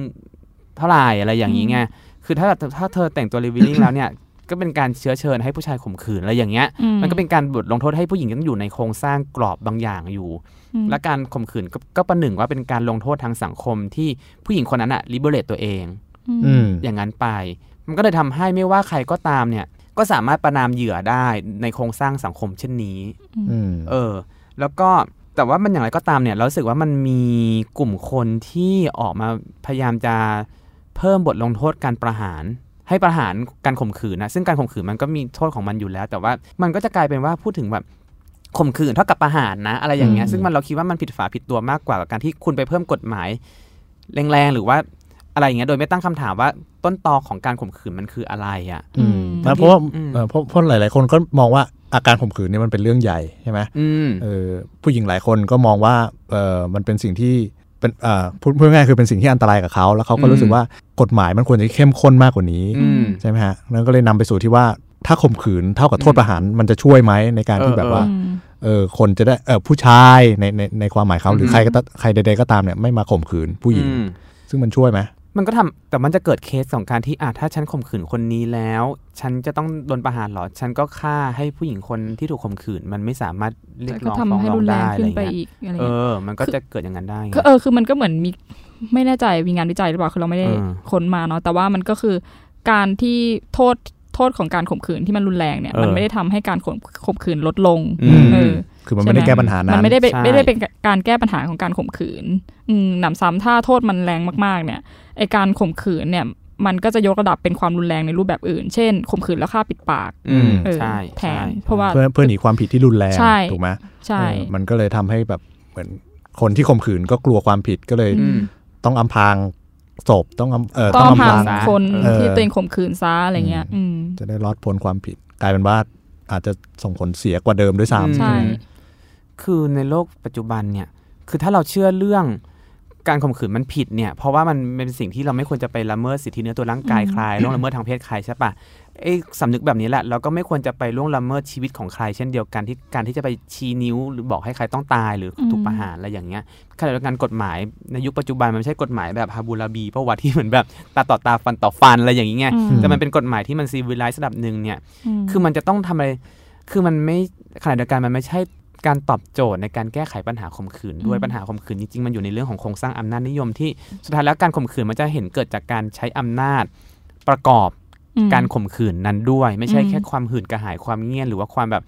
เท่าไหร่อะไรอย่างนี้ไงคือถ้าถ้าเธอแต่งตัวรีวิววิ่ง แล้วเนี่ยก็เป็นการเชื้อเชิญให้ผู้ชายข่มขืนอะไรอย่างเงี้ย
อื
มันก็เป็นการบทลงโทษให้ผู้หญิงต้องอยู่ในโครงสร้างกรอบบางอย่างอยู่
อืม
และการข่มขืนก็ก็ประหนึ่งว่าเป็นการลงโทษทางสังคมที่ผู้หญิงคนนั้นอะลิเบเรตตัวเอง
อื
อื
ม
ม
อย่างนั้นไป มันก็เลยทำให้ไม่ว่าใครก็ตามเนี่ย ก็สามารถประนามเหยื่อได้ในโครงสร้างสังคมเช่นนี้
อืม
เออ แล้วก็แต่ว่ามันอย่างไรก็ตามเนี่ย เรารู้สึกว่ามันมีกลุ่มคนที่ออกมาพยายามจะเพิ่มบทลงโทษการประหาร ให้ประหารการข่มขืนนะซึ่งการข่มขืนมันก็มีโทษของมันอยู่แล้ว แต่ว่ามันก็จะกลายเป็นว่าพูดถึงแบบข่มขืนเท่ากับประหารนะ อะไรอย่างเงี้ย
อืม
ซึ่งมันเราคิดว่ามันผิดฝาผิดตัวมากกว่ากับการที่คุณไปเพิ่มกฎหมาย แรงๆหรือว่าอะไรอย่างเงี้ยโดยไม่ตั้งคำถามว่าต้นตอของการข่มขืนมันคืออะไรอ่ะ
อืมแล้วเพราะว่าเอ่อเพราะเพราะหลาย ๆ คนก็มองว่าอาการข่มขืนเนี่ยมันเป็นเรื่องใหญ่ใช่ไหม
อืม
เออผู้หญิงหลายคนก็มองว่าเออมันเป็นสิ่งที่เป็นเอ่อพูดพูดง่ายๆคือเป็นสิ่งที่อันตรายกับเขา แล้วเขาก็
อืม
รู้สึกว่ากฎหมายมันควรจะเข้มข้นมากกว่านี้
อืม
ใช่ไหมฮะนั่นก็เลยนำไปสู่ที่ว่าถ้าข่มขืนเท่ากับโทษประหารมันจะช่วยไหมในการที่
เออ
แบบ
เออ
ว่า
อืม
เออคนจะได้เออผู้ชายในในในความหมายเขาหรือ
ม
ใครก็ตใครใดๆก็ตามเนี่ยไม่มาข่มขืนผู้หญิง
อืม
ซึ่งมันช่วยไหม
มันก็ทำแต่มันจะเกิดเคสของการที่อ่ะถ้าฉันข่มขืนคนนี้แล้ว ฉันจะต้องโดนประหารเหรอ ฉันก็ฆ่าให้ผู้หญิงคนที่ถูกข่มขืน มันไม่สามารถเรียก
ก็
ร้อง
ทำ
ฟ้อง
ให้
ร้อ
รุ
ง
นแร
ได้
ง
อะไร
ขึ้นไป
เงี้ย
อีกอะไร
เอ
เงี้ย
อ มันก็จะเกิดอย่างนั้นได้ไง
คือเออคือมันก็เหมือนมีไม่แน่ใจมีงานวิจัยหรือเปล่าคือเราไม่ได้
เออ
ค้นมาเนาะแต่ว่ามันก็คือการที่โทษโทษของการข่มขืนที่มันรุนแรงเนี่ย มันไม่ได้ทำให้การข่มข่มขืนลดลง
อืม
เออ
คือมันไม่ได้แก้ปัญหานั้
มัน
น
ไม่ได้เป็น
ใช่
ไม่ได้เป็นการแก้ปัญหาของการข่มขืน อืมหนำซ้ำถ้าโทษมันแรงมากๆ เนี่ยไอการข่มขืนเนี่ย มันก็จะยกระดับเป็นความรุนแรงในรูปแบบอื่น เช่นข่มขืนแล้วฆ่าปิดปาก
อืม
เออ
ใช่
แท
ใช่
นเพราะว่า
เพื่อเพื่อหนีความผิดที่รุนแรง
ใช่
ถูกไหม
ใช่
เออมันก็เลยทำให้แบบเหมือนคนที่ข่มขืนก็กลัวความผิดก็เลย
อืม
ต้องอำพรางศพต้องอำเออ
ต้
ต้
อ
องง
พา
อำพราง
ซะ
คน
เออ
ที่ตัวเองข่มขืนซะอะไรเงี้ย อืม
จะได้รอดพ้นความผิด กลายเป็นว่าอาจจะส่งผลเสียกว่าเดิมด้วยซ้ำ
ใช่
อืมคือในโลกปัจจุบันเนี่ย คือถ้าเราเชื่อเรื่องการข่มขืนมันผิดเนี่ย เพราะว่ามันเป็นสิ่งที่เราไม่ควรจะไปละเมิดสิทธิเนื้อตัวร่างกาย
อืม
ใครล่วงละเมิดทางเพศใครใช่ปะไอ้สำนึกแบบนี้แหละ เราก็ไม่ควรจะไปล่วงละเมิดชีวิตของใคร เช่นเดียวกันที่การที่จะไปชี้นิ้ว หรือบอกให้ใครต้องตายหรือถูกประหารอะไรอย่างเงี้ยขณะเดียวกันกฎหมายในยุคปัจจุบันมันไม่ใช่กฎหมายแบบฮาบูราบีเพราะว่าที่เหมือนแบบตาต่อตาฟันต่อฟันอะไรอย่างเงี้ย
อืม
แต่มันเป็นกฎหมายที่มันซีวิลไลซ์ระดับหนึ่งเนี่ย
อืม
คือมันจะต้องทำอะไร คือมันไม่ขณะเดียวกันมันไม่ใช่ การตอบโจทย์ในการแก้ไขปัญหาข่มขืนด้วย
อืม
ปัญหาข่มขืนจริงๆมันอยู่ในเรื่องของโครงสร้างอำนาจนิยมที่สุดท้ายแล้วการข่มขืนมันจะเห็นเกิดจากการใช้อำนาจประกอบ
อืม
การข่มขืนนั้นด้วย ไม่ใช่
อืม
แค่ความหื่นกระหายความเงียบหรือว่าความแบบ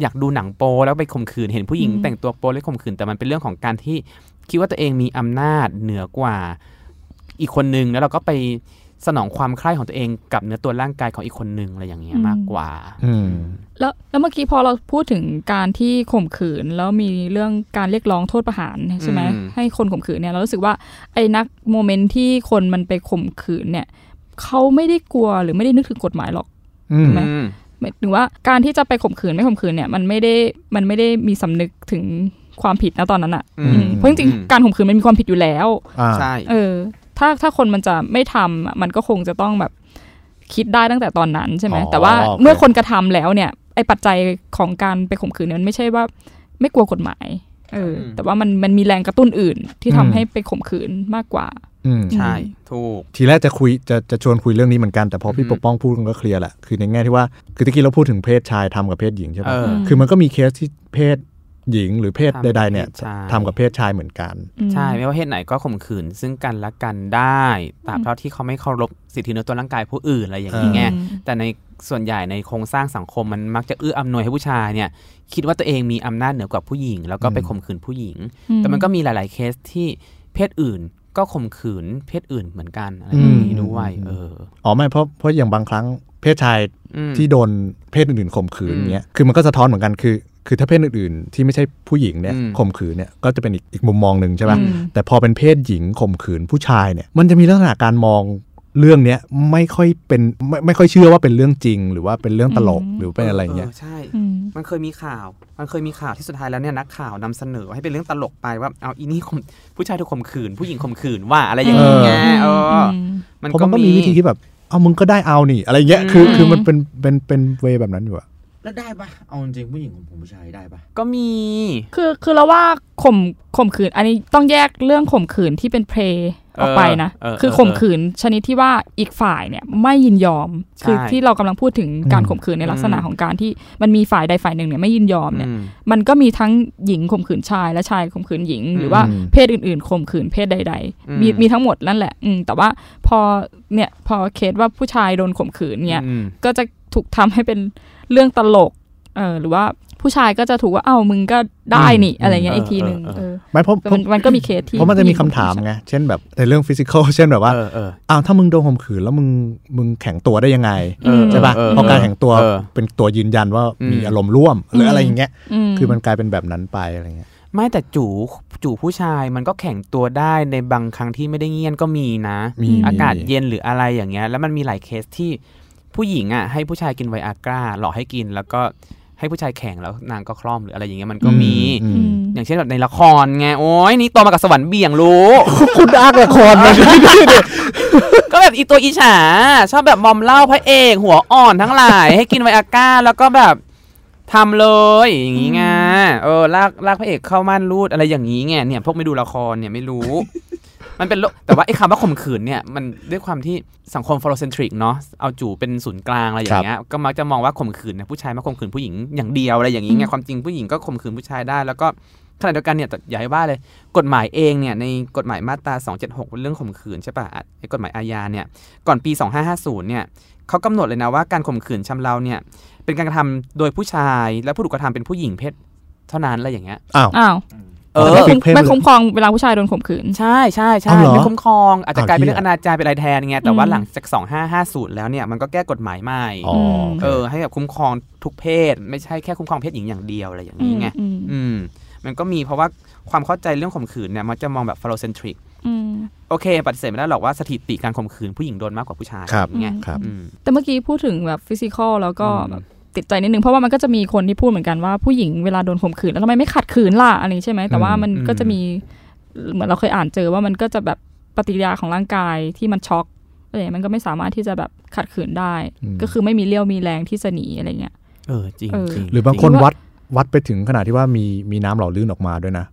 อยากดูหนังโปแล้วไปข่มขืนเห็นผู้หญิง
อืม
แต่งตัวโปแล้วข่มขืนแต่มันเป็นเรื่องของการที่คิดว่าตัวเองมีอำนาจเหนือกว่าอีกคนนึงแล้วเราก็ไปสนองความใคร่ของตัวเองกับเนื้อตัวร่างกายของอีกคนนึงอะไรอย่างเงี้ยมากกว่า
อืม
แล้วแล้วเมื่อกี้พอเราพูดถึงการที่ข่มขืน แล้วมีเรื่องการเรียกร้องโทษประหารใช่ไหม
อืม
ให้คนข่มขืนเนี่ยเรารู้สึกว่าไอ้นักโมเมนต์ที่คนมันไปข่มขืนเนี่ยเขาไม่ได้กลัวหรือไม่ได้นึกถึงกฎหมายหรอก
อืม
ไห
อืม
หมายถึงว่าการที่จะไปข่มขืนไม่ข่มขืนเนี่ยมันไม่ได้มันไม่ได้มีสำนึกถึงความผิดนะตอนนั้นอะ่ะ
อืม
อืมเพราะจริง
อืม
ๆการข่มขืนมันมีความผิดอยู่แล้ว
อ่า
ใช่
เออ ถ้าถ้าคนมันจะไม่ทำอะมันก็คงจะต้องแบบคิดได้ตั้งแต่ตอนนั้นใช่ไหม
อ๋อ
แต่ว่า
โอเค
เมื่อคนกระทำแล้วเนี่ยไอ้ปัจจัยของการไปข่มขืนเนี่ยมันไม่ใช่ว่าไม่กลัวกฎหมาย เอออ
ม
แต่ว่ามันมันมีแรงกระตุ้นอื่นที่ทำให้ไปข่มขืนมากกว่า
อืม
ใช่ถูก
ทีแรกจะคุยจะจะชวนคุยเรื่องนี้เหมือนกันแต่พอพี่
อือฮึ
ปกป้องพูดมันก็เคลียร์แหละคือในแง่ที่ว่าคือตะกี้เราพูดถึงเพศชายทำกับเพศหญิงใช่
เอ
ปะ
อ
ม
คือมันก็มีเคสที่เพศหญิงหรือเพศ
ทำ
ใดๆเนี่ย
เพศชาย
ทำกับเพศชายเหมือนกัน
อืม
ใช่ไม่ว่าเพศไหนก็ข่มขืนซึ่งกันและกันได้ตราบเท่าที่เขาไม่เคารพสิทธิเนื้อตัวร่างกายผู้อื่นอะไรอย่างนี้ไง
อืม
แต่ในส่วนใหญ่ในโครงสร้างสังคมมันมักจะเอื้ออำนวยให้ผู้ชายเนี่ย คิดว่าตัวเองมีอำนาจเหนือกว่าผู้หญิง แล้วก็ไป
อืม
ข่มขืนผู้หญิง แต่มันก็มีหลาย ๆ เคสที่เพศอื่นก็ข่มขืนเพศอื่นเหมือนกันอะไรแบบนี้ด้วย เออ
อ๋อไม่เพราะเพราะอย่างบางครั้งเพศชาย
อืม
ที่โดนเพศอื่นๆข่มขืน
อืม
เนี้ยคือมันก็สะท้อนเหมือนกันคือ คือถ้าเพศอื่นๆ ที่ไม่ใช่ผู้หญิงเนี่ย
อืม
ข่มขืนเนี่ยก็จะเป็นอีกอีกมุมมองหนึ่งใช่ปะ
อืม
แต่พอเป็นเพศหญิงข่มขืนผู้ชายเนี่ยมันจะมีลักษณะการมองเรื่องเนี้ยไม่ค่อยเป็นไม่ไม่ค่อยเชื่อว่าเป็นเรื่องจริง หรือว่าเป็นเรื่องตลกหรือเป็นอะไรเงี้ย
ใช่
อืม
มันเคยมีข่าว มันเคยมีข่าวที่สุดท้ายแล้วเนี่ยนักข่าวนำเสนอให้เป็นเรื่องตลกไปว่าเอาอีนี่ข่มผู้ชายถูกข่มขืน ผู้หญิงข่มขืนว่าอะไรอย่างเงี้ยเอออ
ม
มัน
เพราะ
ก็
มันก็
มี
มีวิธีที่แบบ เอามึงก็ได้เอานี่ อะไรเงี้ย คือ
อืม
คือมันเป็น เป็น เป็นเวแบบนั้นอยู่อะ
แล้วได้ปะเอาจริงๆผู้หญิงของผมผู้ชายได้ปะ
ก็มี
คือคือเราว่าข่มข่มขืน อันนี้ต้องแยกเรื่องข่มขืนที่เป็นเพลออกไปนะ
เออเออ
คือข่มขืนชนิดที่ว่าอีกฝ่ายเนี่ยไม่ยินยอม
ใช่
คือที่เรากำลังพูดถึงการข่มขืนในลักษณะของการที่มันมีฝ่ายใดฝ่ายหนึ่งเนี่ยไม่ยินยอมเนี่ย
อืม
มันก็มีทั้งหญิงข่มขืนชายและชายข่มขืนหญิง หรือว่าเพศอื่นๆข่มขืนเพศใด
อืม
ๆ มีมีทั้งหมดนั่นแหละ อืมแต่ว่าพอเนี่ยพอเคสว่าผู้ชายโดนข่มขืนเนี่ย
อืม
ก็จะถูกทำให้เป็นเรื่องตลก เออหรือว่าผู้ชายก็จะถูกว่าเอ้ามึงก็ได้นี่ อะไรเงี้ย
เออ
อีกทีหนึ่ง
เออ
เออ
ไม่เพราะ
แต่มันมันก็มีเคสที่
เพราะมันจะมีคำถามไง เช่นแบบในเรื่องฟิสิกอล เช่นแบบว่า
เออเออ
อ้าว ถ้ามึงโดนข่มขืนแล้วมึง มึงแข็งตัวได้ยังไง
อืม
ใช่ป่ะ
เออเออ
เพราะการแข็งตัว
เออ
เป็นตัวยืนยันว่า
อืม
มีอารมณ์ร่วม หรืออะไรอย่างเงี้ย
ม
คือมันกลายเป็นแบบนั้นไปอะไรเงี้ย
ไม่แต่จู่จู่ผู้ชายมันก็แข็งตัวได้ในบางครั้งที่ไม่ได้เงียนก็มีนะ
มี
อากาศ
มี
เย็นหรืออะไรอย่างเงี้ย แล้วมันมีหลายเคสที่ผู้หญิงอ่ะให้ผู้ชายกินไวอากร้าหลอกให้กินแล้วก็ให้ผู้ชายแข็งแล้วนางก็คล่อมหรืออะไรอย่างเงี้ยมันก็มี
อื
อื
ม
ม
อย่างเช่นแบบในละครไงโอ้ยนี่โตมากับสวรรค์เบี่ยงรู้
คุณอากละครมัน
ก็แบบอีตัวอีฉาชอบแบบมอมเหล้าพระเอกหัวอ่อนทั้งหลาย ให้กินไวอาก้าแล้วก็แบบทำเลยอย่างงี้ไงเออลากลากพระเอกเข้าม่านรูดอะไรอย่างงี้ไงเนี่ยพวกไม่ดูละครเนี่ยไม่รู้ มันเป็นโลกแต่ว่าไอ้คำว่าข่มขืนเนี่ยมันด้วยความที่สังคมฟลอเซนทริกเนาะเอาจู่เป็นศูนย์กลางอะไรอย่างเงี้ยก็มักจะมองว่าข่มขืนเนยผู้ชายมาข่มขืนผู้หญิงอย่างเดียวอะไรอย่างงี้ไง
อืม
ความจริงผู้หญิงก็ข่มขืนผู้ชายได้ แล้วก็ขณะเดียวกันเนี่ยแต่อย่าให้ว่าเลย กฎหมายเองเนี่ยในกฎหมายมาตรา 276 เรื่องข่มขืนใช่ปะอ่ะไอ้กฎหมายอาญาเนี่ยก่อนปี 2550 เนี่ยเขากำหนดเลยนะว่าการข่มขืนชำเราเนี่ยเป็นการกระทำโดยผู้ชายและผู้ถูกกระทำเป็นผู้หญิงเพศเท่านั้นอะไรอย่างเงี้ย
อ้าว
อ้าว
เอ
อ
อ
ไม่คุ้ม
เพศ
ไม่คุ้มครองเวลาผู้ชายโดนข่มขืน
ใช่ใช่ใช่
อ้าวเหรอ
ไม่คุ้มครองอาจจะ
อ้าว
กลายเป็นเรื่อ
เหี้
งอย นาจารเป็นอะไรแทนไงแต่ว่า
อืม
หลังจาก 2550 แล้วเนี่ยมันก็แก้กฎหมายใหม่
อ๋อ
เออให้แบบคุ้มครองทุกเพศ ไม่ใช่แค่คุ้มครองเพศหญิงอย่างเดียวอะไรอย่าง
อื
นี้
ม
ไง
อืม
อืมมันก็มีเพราะว่าความเข้าใจเรื่องข่มขืนเนี่ยมันจะมองแบบฟลอเซนทริก
อืม
โอเคปฏิเสธไม่ได้หรอกว่าสถิติการข่มขืนผู้หญิงโดนมากกว่าผู้ชาย
ครับ
อย่างเงี้ย
ครับ
อืม
แต่เมื่อกี้พูดถึงแบบฟิสิกอลแล้วก็
อืม
แบบติดใจนิดนึง เพราะว่ามันก็จะมีคนที่พูดเหมือนกันว่าผู้หญิงเวลาโดนข่มขืนแล้วทำไมไม่ขัดขืนล่ะอะไรใช่ไหมแต่ว่ามันก็จะมีเหมือนเราเคยอ่านเจอว่ามันก็จะแบบปฏิกิริยาของร่างกายที่มันช็อกอะไรอย่างเงี้ยมันก็ไม่สามารถที่จะแบบขัดขืนได้
อืม
ก็คือไม่มีเลี้ยวมีแรงที่จะหนีอะไรเงี้ย
เออจริง
เออ
จริง
หรือบางคนวัดวัดไปถึงขนาดที่ว่ามีมีน้ำหล่อลื่นออกมาด้วยนะ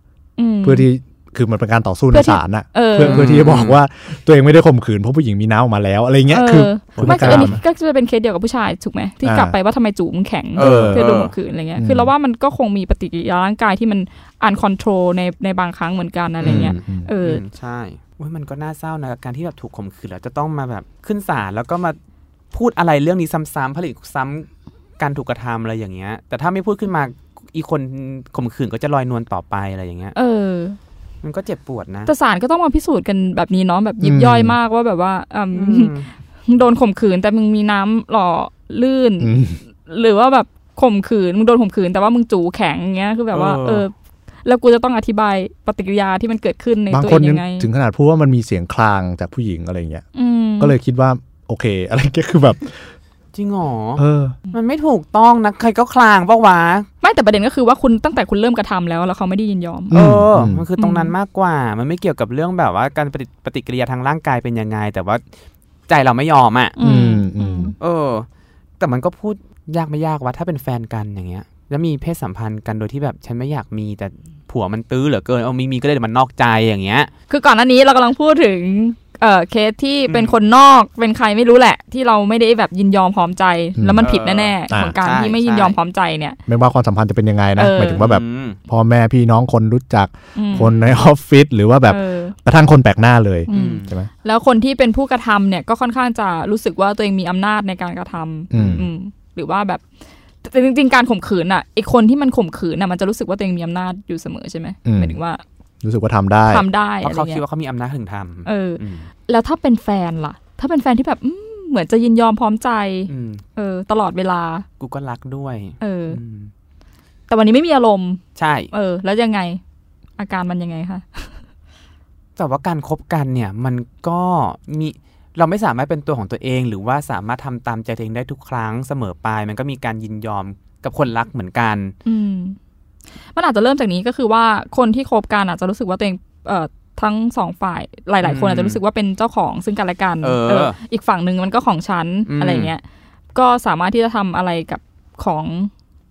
ม
เพื่อที่ คือมันเป็นการต่อสู้ใน
เพื่อที่
ศาลน่ะ
เออ
เพื่อเพื่อที่จะบอกว่าตัวเองไม่ได้ข่มขืนเพราะผู้หญิงมีน้ำออกมาแล้วอะไรเงี้ยคือ
เออไม่
คื
คือ อ
มันกลาย
อันนี้ก็จะเป็นเคสเดียวกับผู้ชายถูกไหมที่
อ่าก
ลับไปว่าทำไมจูมันแข็ง
เออ
เธอโดนข่มขืนอะไรเงี้ย
อืม
คือเราว่ามันก็คงมีปฏิกิริยาร่างกายที่มันอันคอนโทรลในในบางครั้งเหมือนกันอะไรเงี้ย
อืม
เอออ
มใช่อุ๊ยมันก็น่าเศร้านะกับการที่แบบถูกข่มขืนแล้วจะต้องมาแบบขึ้นศาลแล้วก็มาพูดอะไรเรื่องนี้ซ้ำๆผลิตซ้ำการถูกกระทำอะไรอย่างเงี้ย แต่ถ้าไม่พูดขึ้นมาอีกคนข่มขืนก็จะลอยนวลต่อไปอะไรอย่างเงี้ย
เออ
มันก็เจ็บปวดนะ
แต่ศาลก็ต้องมาพิสูจน์กันแบบนี้เนาะแบบยิบ
อืม
ย่อยมากว่าแบบว่าอืม
อืม
มึงโดนข่มขืนแต่มึงมีน้ำหล่อลื่น
อืม
หรือว่าแบบข่มขืนมึงโดนข่มขืนแต่ว่ามึงจูแข็งอย่างเงี้ยคือแบบว่า
เออ
เออ แล้วกูจะต้องอธิบายปฏิกิริยาที่มันเกิดขึ้นใน
บาง
ตัว
ค
เอน
ยั
งยัง งไง
ถึงขนาดพูดว่ามันมีเสียงคลางจากผู้หญิงอะไรเงี้ย
อืม
ก็เลยคิดว่าโอเค อะไรเงี้ยคือแบบ
จริงเหรอ
เออ
มันไม่ถูกต้องนะใครก็คลางปะวะ
ไม่แต่ประเด็นก็คือว่าคุณตั้งแต่คุณเริ่มกระทำแล้วแล้วเขาไม่ได้ยินยอม
อืม
เอออ
ม
มันคือตรงนั้นมากกว่า มันไม่เกี่ยวกับเรื่องแบบว่าการปฏิปฏิกิริยาทางร่างกายเป็นยังไง แต่ว่าใจเราไม่ยอมอ่ะ
อืมอืม
เออ แต่มันก็พูดยากไม่ยากว่าถ้าเป็นแฟนกันอย่างเงี้ย แล้วมีเพศสัมพันธ์กันโดยที่แบบฉันไม่อยากมีแต่ผัวมันตื้อเหลือเกินเอามีมีก็เลยเดี๋ยวมันนอกใจอย่างเงี้ย
คือก่อนหน้านี้เรากำลังพูดถึงเอ่อเคสที่
อืม
เป็นคนนอกเป็นใครไม่รู้แหละ ที่เราไม่ได้แบบยินยอมพร้อมใจ
อืม
แล้วมันผิด
เออ
แน่ๆของการ
ใช่
ที่ไม่ยิน
ใช่
ยอมพร้อมใจเนี่ย
ไม่ว่าความสัมพันธ์จะเป็นยังไงนะ
เอ
ห
อ
มายถึงว่าแบบ
อืม
พ่อแม่พี่น้องคนรู้จัก
อืม
คนในออฟฟิศหรือว่าแบบ
เออก
ระทั่งคนแปลกหน้าเลย
อืม
ใช่ไหม
แล้วคนที่เป็นผู้กระทำเนี่ยก็ค่อนข้างจะรู้สึกว่าตัวเองมีอำนาจในการกระทำ
อืม
อืมหรือว่าแบบแต่จริงๆการข่มขืนอ่ะไอคนที่มันข่มขืนน่ะมันจะรู้สึกว่าตัวเองมีอำนาจอยู่เสมอใช่ไหม
อืม
หมายถึงว่า
รู้สึกว่าทำได้
ทำได้
เพ
อะ
ราะ
ไร
เขาคิด
เงี้ย
ว่าเขามีอำนาจถึงท
เออ
ำอืม
แล้วถ้าเป็นแฟนล่ะ ถ้าเป็นแฟนที่แบบอืมเหมือนจะยินยอมพร้อมใจ
อืม
เออ ตลอดเวลา
กูก็รักด้วย
เออ
ม
แต่วันนี้ไม่มีอารมณ์
ใช่
เออ แล้วยังไง อาการมันยังไงคะ
แต่ว่าการคบกันเนี่ยมันก็มีเราไม่สามารถเป็นตัวของตัวเอง หรือว่าสามารถทำตามใจตัวเองได้ทุกครั้งเสมอไป มันก็มีการยินยอมกับคนรักเหมือนกัน
อืม มันอาจจะเริ่มจากนี้ก็คือว่าคนที่คบกันอาจจะรู้สึกว่าตัวเองเอ่อทั้งสองฝ่ายหลาย ๆ คน
อืม
อาจจะรู้สึกว่าเป็นเจ้าของซึ่งกันและกัน
เออ
อีกฝั่งหนึ่งมันก็ของฉัน
อืม
อะไรเงี้ย ก็สามารถที่จะทำอะไรกับของ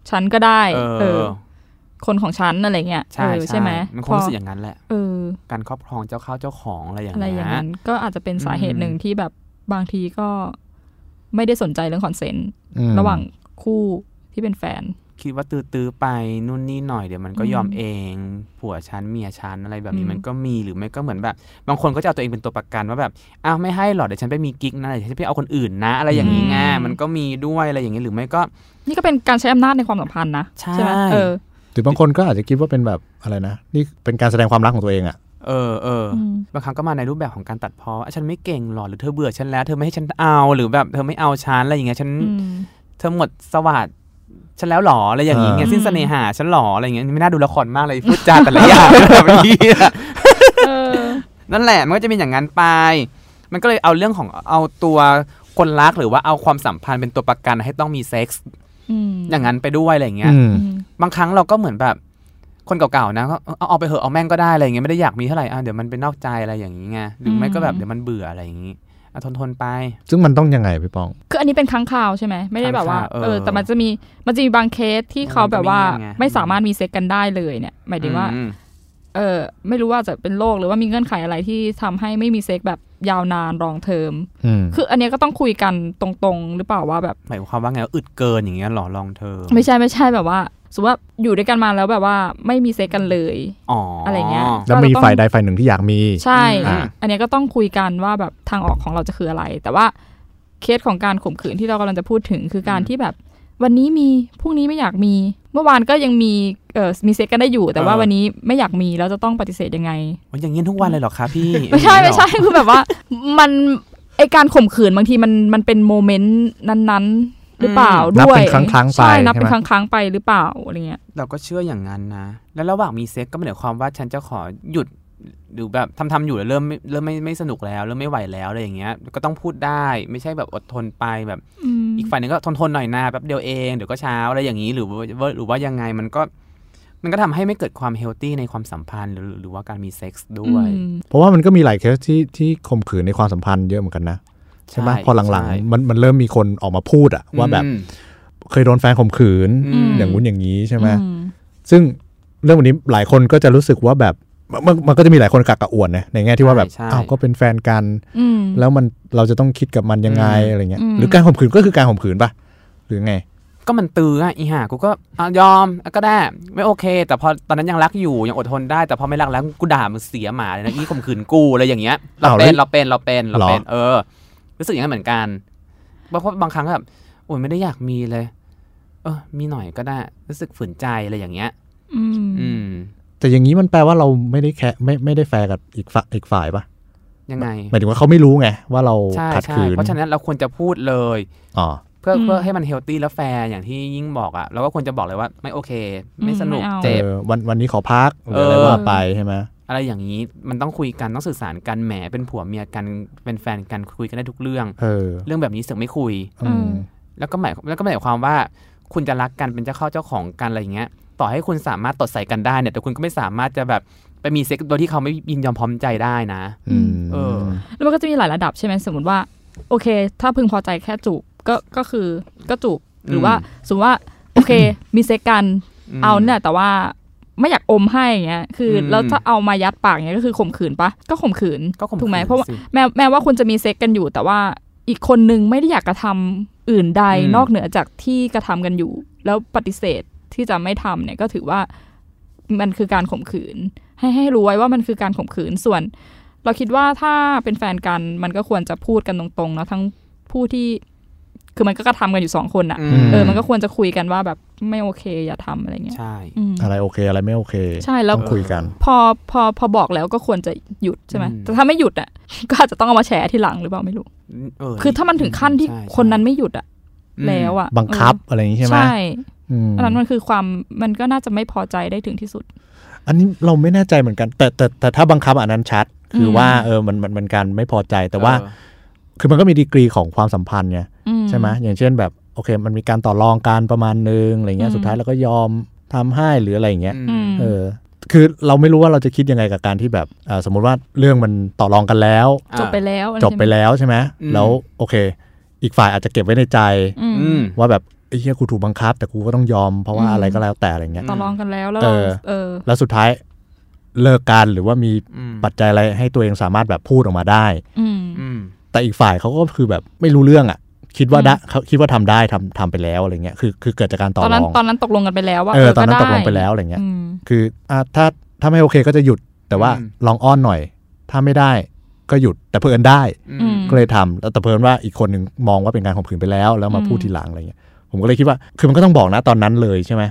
ฉันก็ได้เออ คนของฉันอะไรเงี้ย
ใช่
เออใช่ไหม
มันค
พ
ง
อ
รู้สึกอย่างนั้นแหละ
เออ
การครอบครองเจ้าเข้าเจ้าของอะไรอย่าง
อะไร
เงี้
อย่าง
ย
นั้นก็อาจจะเป็นสาเหตุ
อืม
หนึ่งที่แบบบางทีก็ไม่ได้สนใจเรื่องคอนเซนต์
อืม
ระหว่างคู่ที่เป็นแฟน
คิดว่าตื้อๆไปนู่นนี่หน่อยเดี๋ยวมันก็
อืม
ยอมเอง ผัวฉันเมียฉันอะไรแบบนี้
อืม
มันก็มีหรือไม่ก็เหมือนแบบ บางคนก็จะเอาตัวเองเป็นตัวประกันว่าแบบอ้าวไม่ให้หรอกเดี๋ยวฉันไปมีกิ๊กนะเดี๋ยวฉันไปเอาคนอื่นนะ อะไรอย่างนี้ไงมันก็มีด้วยอะไรอย่างเงี้ยหรือไม่ก็
นี่ก็เป็นการใช้อำนาจในความสัมพันธ์นะ
ใช่
ไหมเออ
หรือบางคนก็อาจจะคิดว่าเป็นแบบอะไรนะนี่เป็นการแสดงความรักของตัวเองอ่ะ
เออเออ
อืม
บางครั้งก็มาในรูปแบบของการตัดพ้ออ่ะฉันไม่เก่งหรอกหรือเธอเบื่อฉันแล้ว เธอไม่ให้ฉันเอาหรือแบบเธอไม่เอาฉันอะไรอย่างเงี้ยฉัน
อืม
เธอหมดสวัสดฉันแล้วหรออะไรอย่างนี้ไง
อ่า
สิ้นเสน่หาฉันหรออะไรอย่างเงี้ยไม่น่าดูละครมาก เลยพูดจาแต่ละอย่าง แบบนี้อะ
เออ
นั่นแหละมันก็จะเป็นอย่างนั้นไป มันก็เลยเอาเรื่องของเอาตัวคนรักหรือว่าเอาความสัมพันธ์เป็นตัวประกันให้ต้องมีเซ็กส์
อืม
อย่างนั้นไปด้วยอะไรอย่างเงี้ย
อืม
อืม
บางครั้งเราก็เหมือนแบบคนเก่าๆนะก็เออเอาเอาไปเหอะเอาแม่งก็ได้อะไรอย่างเงี้ยไม่ได้อยากมีเท่าไหร่อ่ะเดี๋ยวมันเป็นนอกใจอะไรอย่างงี้ไงหรือไม่ก็แบบเดี๋ยวมันเบื่ออะไรอย่างงี้อ่ะทนทนๆไป
ซึ่งมันต้องยังไงพี่ป้อง
คืออันนี้เป็นครั้งคราวใช่ไหมไม่ได้แบบว่า
ครั้งคราวเออ
เออ แต่มันจะมีมันจะมีบางเคสที่เขาแบบว่า
มันจะมีเงื่อนไง
ไม่สามารถมีเซ็กกันได้เลยเนี่ย หมายถึงว่า
อืม
เออไม่รู้ว่าจะเป็นโรคหรือว่ามีเงื่อนไขอะไรที่ทำให้ไม่มีเซ็กแบบยาวนานรองเทอม
อืม
คืออันเนี้ยก็ต้องคุยกันตรงๆ หรือเปล่าว่าแบบ
หมายความว่าไงว่าอึดเกินอย่างเงี้ยหรอลองเธอ
ไม่ใช่ไม่ใช่แบบว่าสมมติว่าอยู่ด้วยกันมาแล้วแบบว่าไม่มีเซ็กกันเลย
อ๋ออ
อะไรเงี้ย
แล้วมีฝ่ายใดฝ่ายหนึ่งที่อยากมี
ใช่
อ่า
อันเนี้ยก็ต้องคุยกันว่าแบบทางออกของเราจะคืออะไร แต่ว่าเคสของการข่มขืนที่เรากำลังจะพูดถึงคือการที่แบบ วันนี้มีพรุ่งนี้ไม่อยากมี เมื่อวานก็ยังมีเออมีเซ็กกันได้อยู่ แต่ว่าวันนี้ไม่อยากมีแล้วจะต้องปฏิเสธยังไง
โอ้ยอย่างเงี้ยทุกวันเลยเหรอคะพี่
ไม่ใช่ไม่ใช่ คือแบบว่า มันไอการข่มขืนบางทีมันมันเป็นโมเมนต์นั้นๆ หรือเปล่า
นับ
ด้วย
เป็นครั้งๆไป
ใช่นับเป็น
ใช่
ค
ไหม
รั้งๆไปหรือเปล่าอะไรเงี้ย
เราก็เชื่ออย่างนั้นนะ แล้วระหว่างมีเซ็กก็ไม่ได้ความว่าฉันจะขอหยุดหรือแบบทำทำอยู่แล้วเริ่มไม่เริ่มไม่ไม่สนุกแล้วเริ่มไม่ไหวแล้วอะไรอย่างเงี้ย ก็ต้องพูดได้ไม่ใช่แบบอดทนไปแบบ อีกฝ่ายหนึ่งก็ทนทนหน่อยนะแป๊บเดียวเองเดี๋ยวก็เช้าอะไรอย่างนี้หรือว่าหรือว่ายังไงมันก็ มันก็ทำให้ไม่เกิดความเฮลตี้ในความสัมพันธ์หรือหรือว่าการมีเซ็กส์ด้วย
อืม
เพราะว่ามันก็มีหลายเคสที่ที่ข่มขืนในความสัมพันธ์เยอะเหมือนกันนะใช่ไหมพอหลัง
ใช่
ๆมันมันเริ่มมีคนออกมาพูดอะว่าแบบ
อืม
เคยโดนแฟนข่มขืน
อืม
อย่างงู้นอย่างนี้ใช่ไหม
อืม
ซึ่งเรื่องวันนี้หลายคนก็จะรู้สึกว่าแบบ มันมันมันก็จะมีหลายคนกักกะอ่วนนะในแง่ที่ว่าแบบ
ใช่ใช่
อ้าวก็เป็นแฟนกัน
อืม
แล้วมันเราจะต้องคิดกับมันยังไงอะไรเงี้ย
อืม
หรือการข่มขืนก็คือการข่มขืนปะหรือไง
ก็มันตื้ออะอีห่ากูก็อ่ะยอมอ่ะก็ได้ไม่โอเค แต่พอตอนนั้นยังรักอยู่ยังอดทนได้แต่พอไม่รักแล้วกูด่ามึงเสียหมาเลยนะอีข่มขืนกูอะไรอย่างเงี้ยเรา
อ้าว
เป็น
แล้ว
เราเป็นเราเป็นเราเป็น
หรอ
เออ รู้สึกอย่างนั้นเหมือนกันเพราะเพราะบางครั้งก็แบบโอ้ยไม่ได้อยากมีเลย เออ มีหน่อยก็ได้ รู้สึกฝืนใจอะไรอย่างเงี้ย
อืม
อืม
แต่อย่างนี้มันแปลว่าเราไม่ได้แคะไม่ไม่ได้แฟร์กับอีกฝ่ายอีกฝ่ายปะ
ยังไง
หมายถึงว่าเขาไม่รู้ไงว่าเรา
ใช่
ขัด
ใช่
ขืน
เพราะฉะนั้นเราควรจะพูดเลย
อ๋อ
เพื่อเพื่อให้มันเฮลตี้และแฟร์อย่างที่ยิ่งบอกอะเราก็ควรจะบอกเลยว่าไม่โอเค ไม่สนุก
อือา
เจ็บ
ออวันวันนี้ขอพักหรืออะไร
เออ
ว่าไปใช่ไหม
อะไรอย่างนี้มันต้องคุยกันต้องสื่อสารกันแหมเป็นผัวเมียกันเป็นแฟนกันคุยกันได้ทุกเรื่อง
เออ
เรื่องแบบนี้เสึกไม่คุย
อืม
แล้วก็หมายแล้วก็หมายความว่า คุณจะรักกันเป็นเจ้าเข้าเจ้าของกันอะไรอย่างเงี้ย ต่อให้คุณสามารถตดใส่กันได้เนี่ยแต่คุณก็ไม่สามารถจะแบบไปมีเซ็กซ์โดยที่เขาไม่ยินยอมพร้อมใจได้นะ
อืม
เออ
แล้วมันก็จะมีหลายระดับใช่ไหมสมมติว่า โอเค ถ้าพึงพอใจแค่จูบก็ก็คือก็จูบหรือว่าสมมติว่าโอเค มีเซ็กกัน
ม
เอาเนี่ยแต่ว่าไม่อยากอมให้อย่างเงี้ยคืออ
ม
แล้วถ้าเอามายัดปากอย่างเงี้ยก็คือข่มขืนปะก็ข่มขืน
ก็ข่มขืน
ถูกไหมเพราะว่า
สิ
แม้แม้ว่าคุณจะมีเซ็กกันอยู่ แต่ว่าอีกคนนึงไม่ได้อยากกระทำอื่นใด
อืม
นอกเหนือจากที่กระทำกันอยู่ แล้วปฏิเสธที่จะไม่ทำเนี่ยก็ถือว่ามันคือการข่มขืน ให้ให้รู้ไว้ว่ามันคือการข่มขืนส่วน เราคิดว่าถ้าเป็นแฟนกันมันก็ควรจะพูดกันตรงๆเนาะทั้งผู้ที่คือมันก็กระทำกันอยู่สองคนอะ
ม
เออมันก็ควรจะคุยกันว่าแบบไม่โอเคอย่าทำอะไรเงี้ย
ใช่
อืม
อะไรโอเคอะไรไม่โอเค
ใช่แล้ว
ต้องคุยกัน
พอพอพอบอกแล้วก็ควรจะหยุดใช่ไหม
อืม
แต่ถ้าไม่หยุดอ่ะ ก็อาจจะต้องเอามาแฉทีหลังหรือเปล่าไม่รู้
เ
คือถ้ามันถึงขั้นที่
ใช่ใช่
คนนั้นไม่หยุดอ่ะ
อืม
แล้วอ่ะ
บังคับอะไรอย่างนี้
เออ
ใช่ไหม
ใช่
อืม
อันนั้นมันคือความมันก็น่าจะไม่พอใจได้ถึงที่สุด
อันนี้เราไม่แน่ใจเหมือนกัน แต่แต่แต่ถ้าบังคับอันนั้นชัด คืออ
ม
ว่าเออมันมันมันการไม่พอใจแต่ว่า
เออ
คือมันก็มีดีกรีของความสัมพันธ์ไง
อื
ใช่ไหมอย่างเช่นแบบโอเค มันมีการต่อรองการประมาณนึงอะไรเงี้ยสุดท้ายเราก็ยอมทำให้หรืออะไรอย่างเงี้ย
อืม
เออ คือเราไม่รู้ว่าเราจะคิดยังไงกับการที่แบบเอ่อสมมุติว่าเรื่องมันต่อรองกันแล้ว
อ่า
จบไปแล้ว
จบไปแล้วใช่ไหม
อืม
แล้วโอเค อีกฝ่ายอาจจะเก็บไว้ในใจ
อืม
อืม
ว่าแบบไอ้เฮียกูถูกบังคับ แต่กูก็ต้องยอมเพราะว่า
อืม
อะไรก็แล้วแต่อะไรเงี้ย
ต่อรองกันแล้วแล้วเรา
เออ
เออ
แล้วสุดท้ายเลิกกันหรือว่ามี
อืม
ปัจจัยอะไรให้ตัวเองสามารถแบบพูดออกมาได้
อืม
อืม
แต่อีกฝ่ายเขาก็คือแบบไม่รู้เรื่องอ่ะ คิดว่า
อืม
ได้เขาคิดว่าทำได้ทำทำไปแล้วอะไรเงี้ยคือคือเกิดจากการต่อ
ตอน
ร
นั้น
อง
ตอนนั้นตกลงกันไปแล้วว่า
เออตอนนั้นต
ด้
กลงไปแล้วอะไรเงี้ย
อืม
คืออ่ะถ้าถ้าไม่โอเคก็จะหยุดแต่ว่า
อืม
ลองอ้อนหน่อย ถ้าไม่ได้ก็หยุดแต่เพื่อนได้
อืม
ม
ก็เลยทำแล้วแต่เพิ่นว่าอีกคนหนึ่งมองว่าเป็นการข่มขืนไปแล้ว แล้วมา
อืม
พูดทีหลังอะไรเงี้ยผมก็เลยคิดว่าคือมันก็ต้องบอกนะตอนนั้นเลยใช่ไหม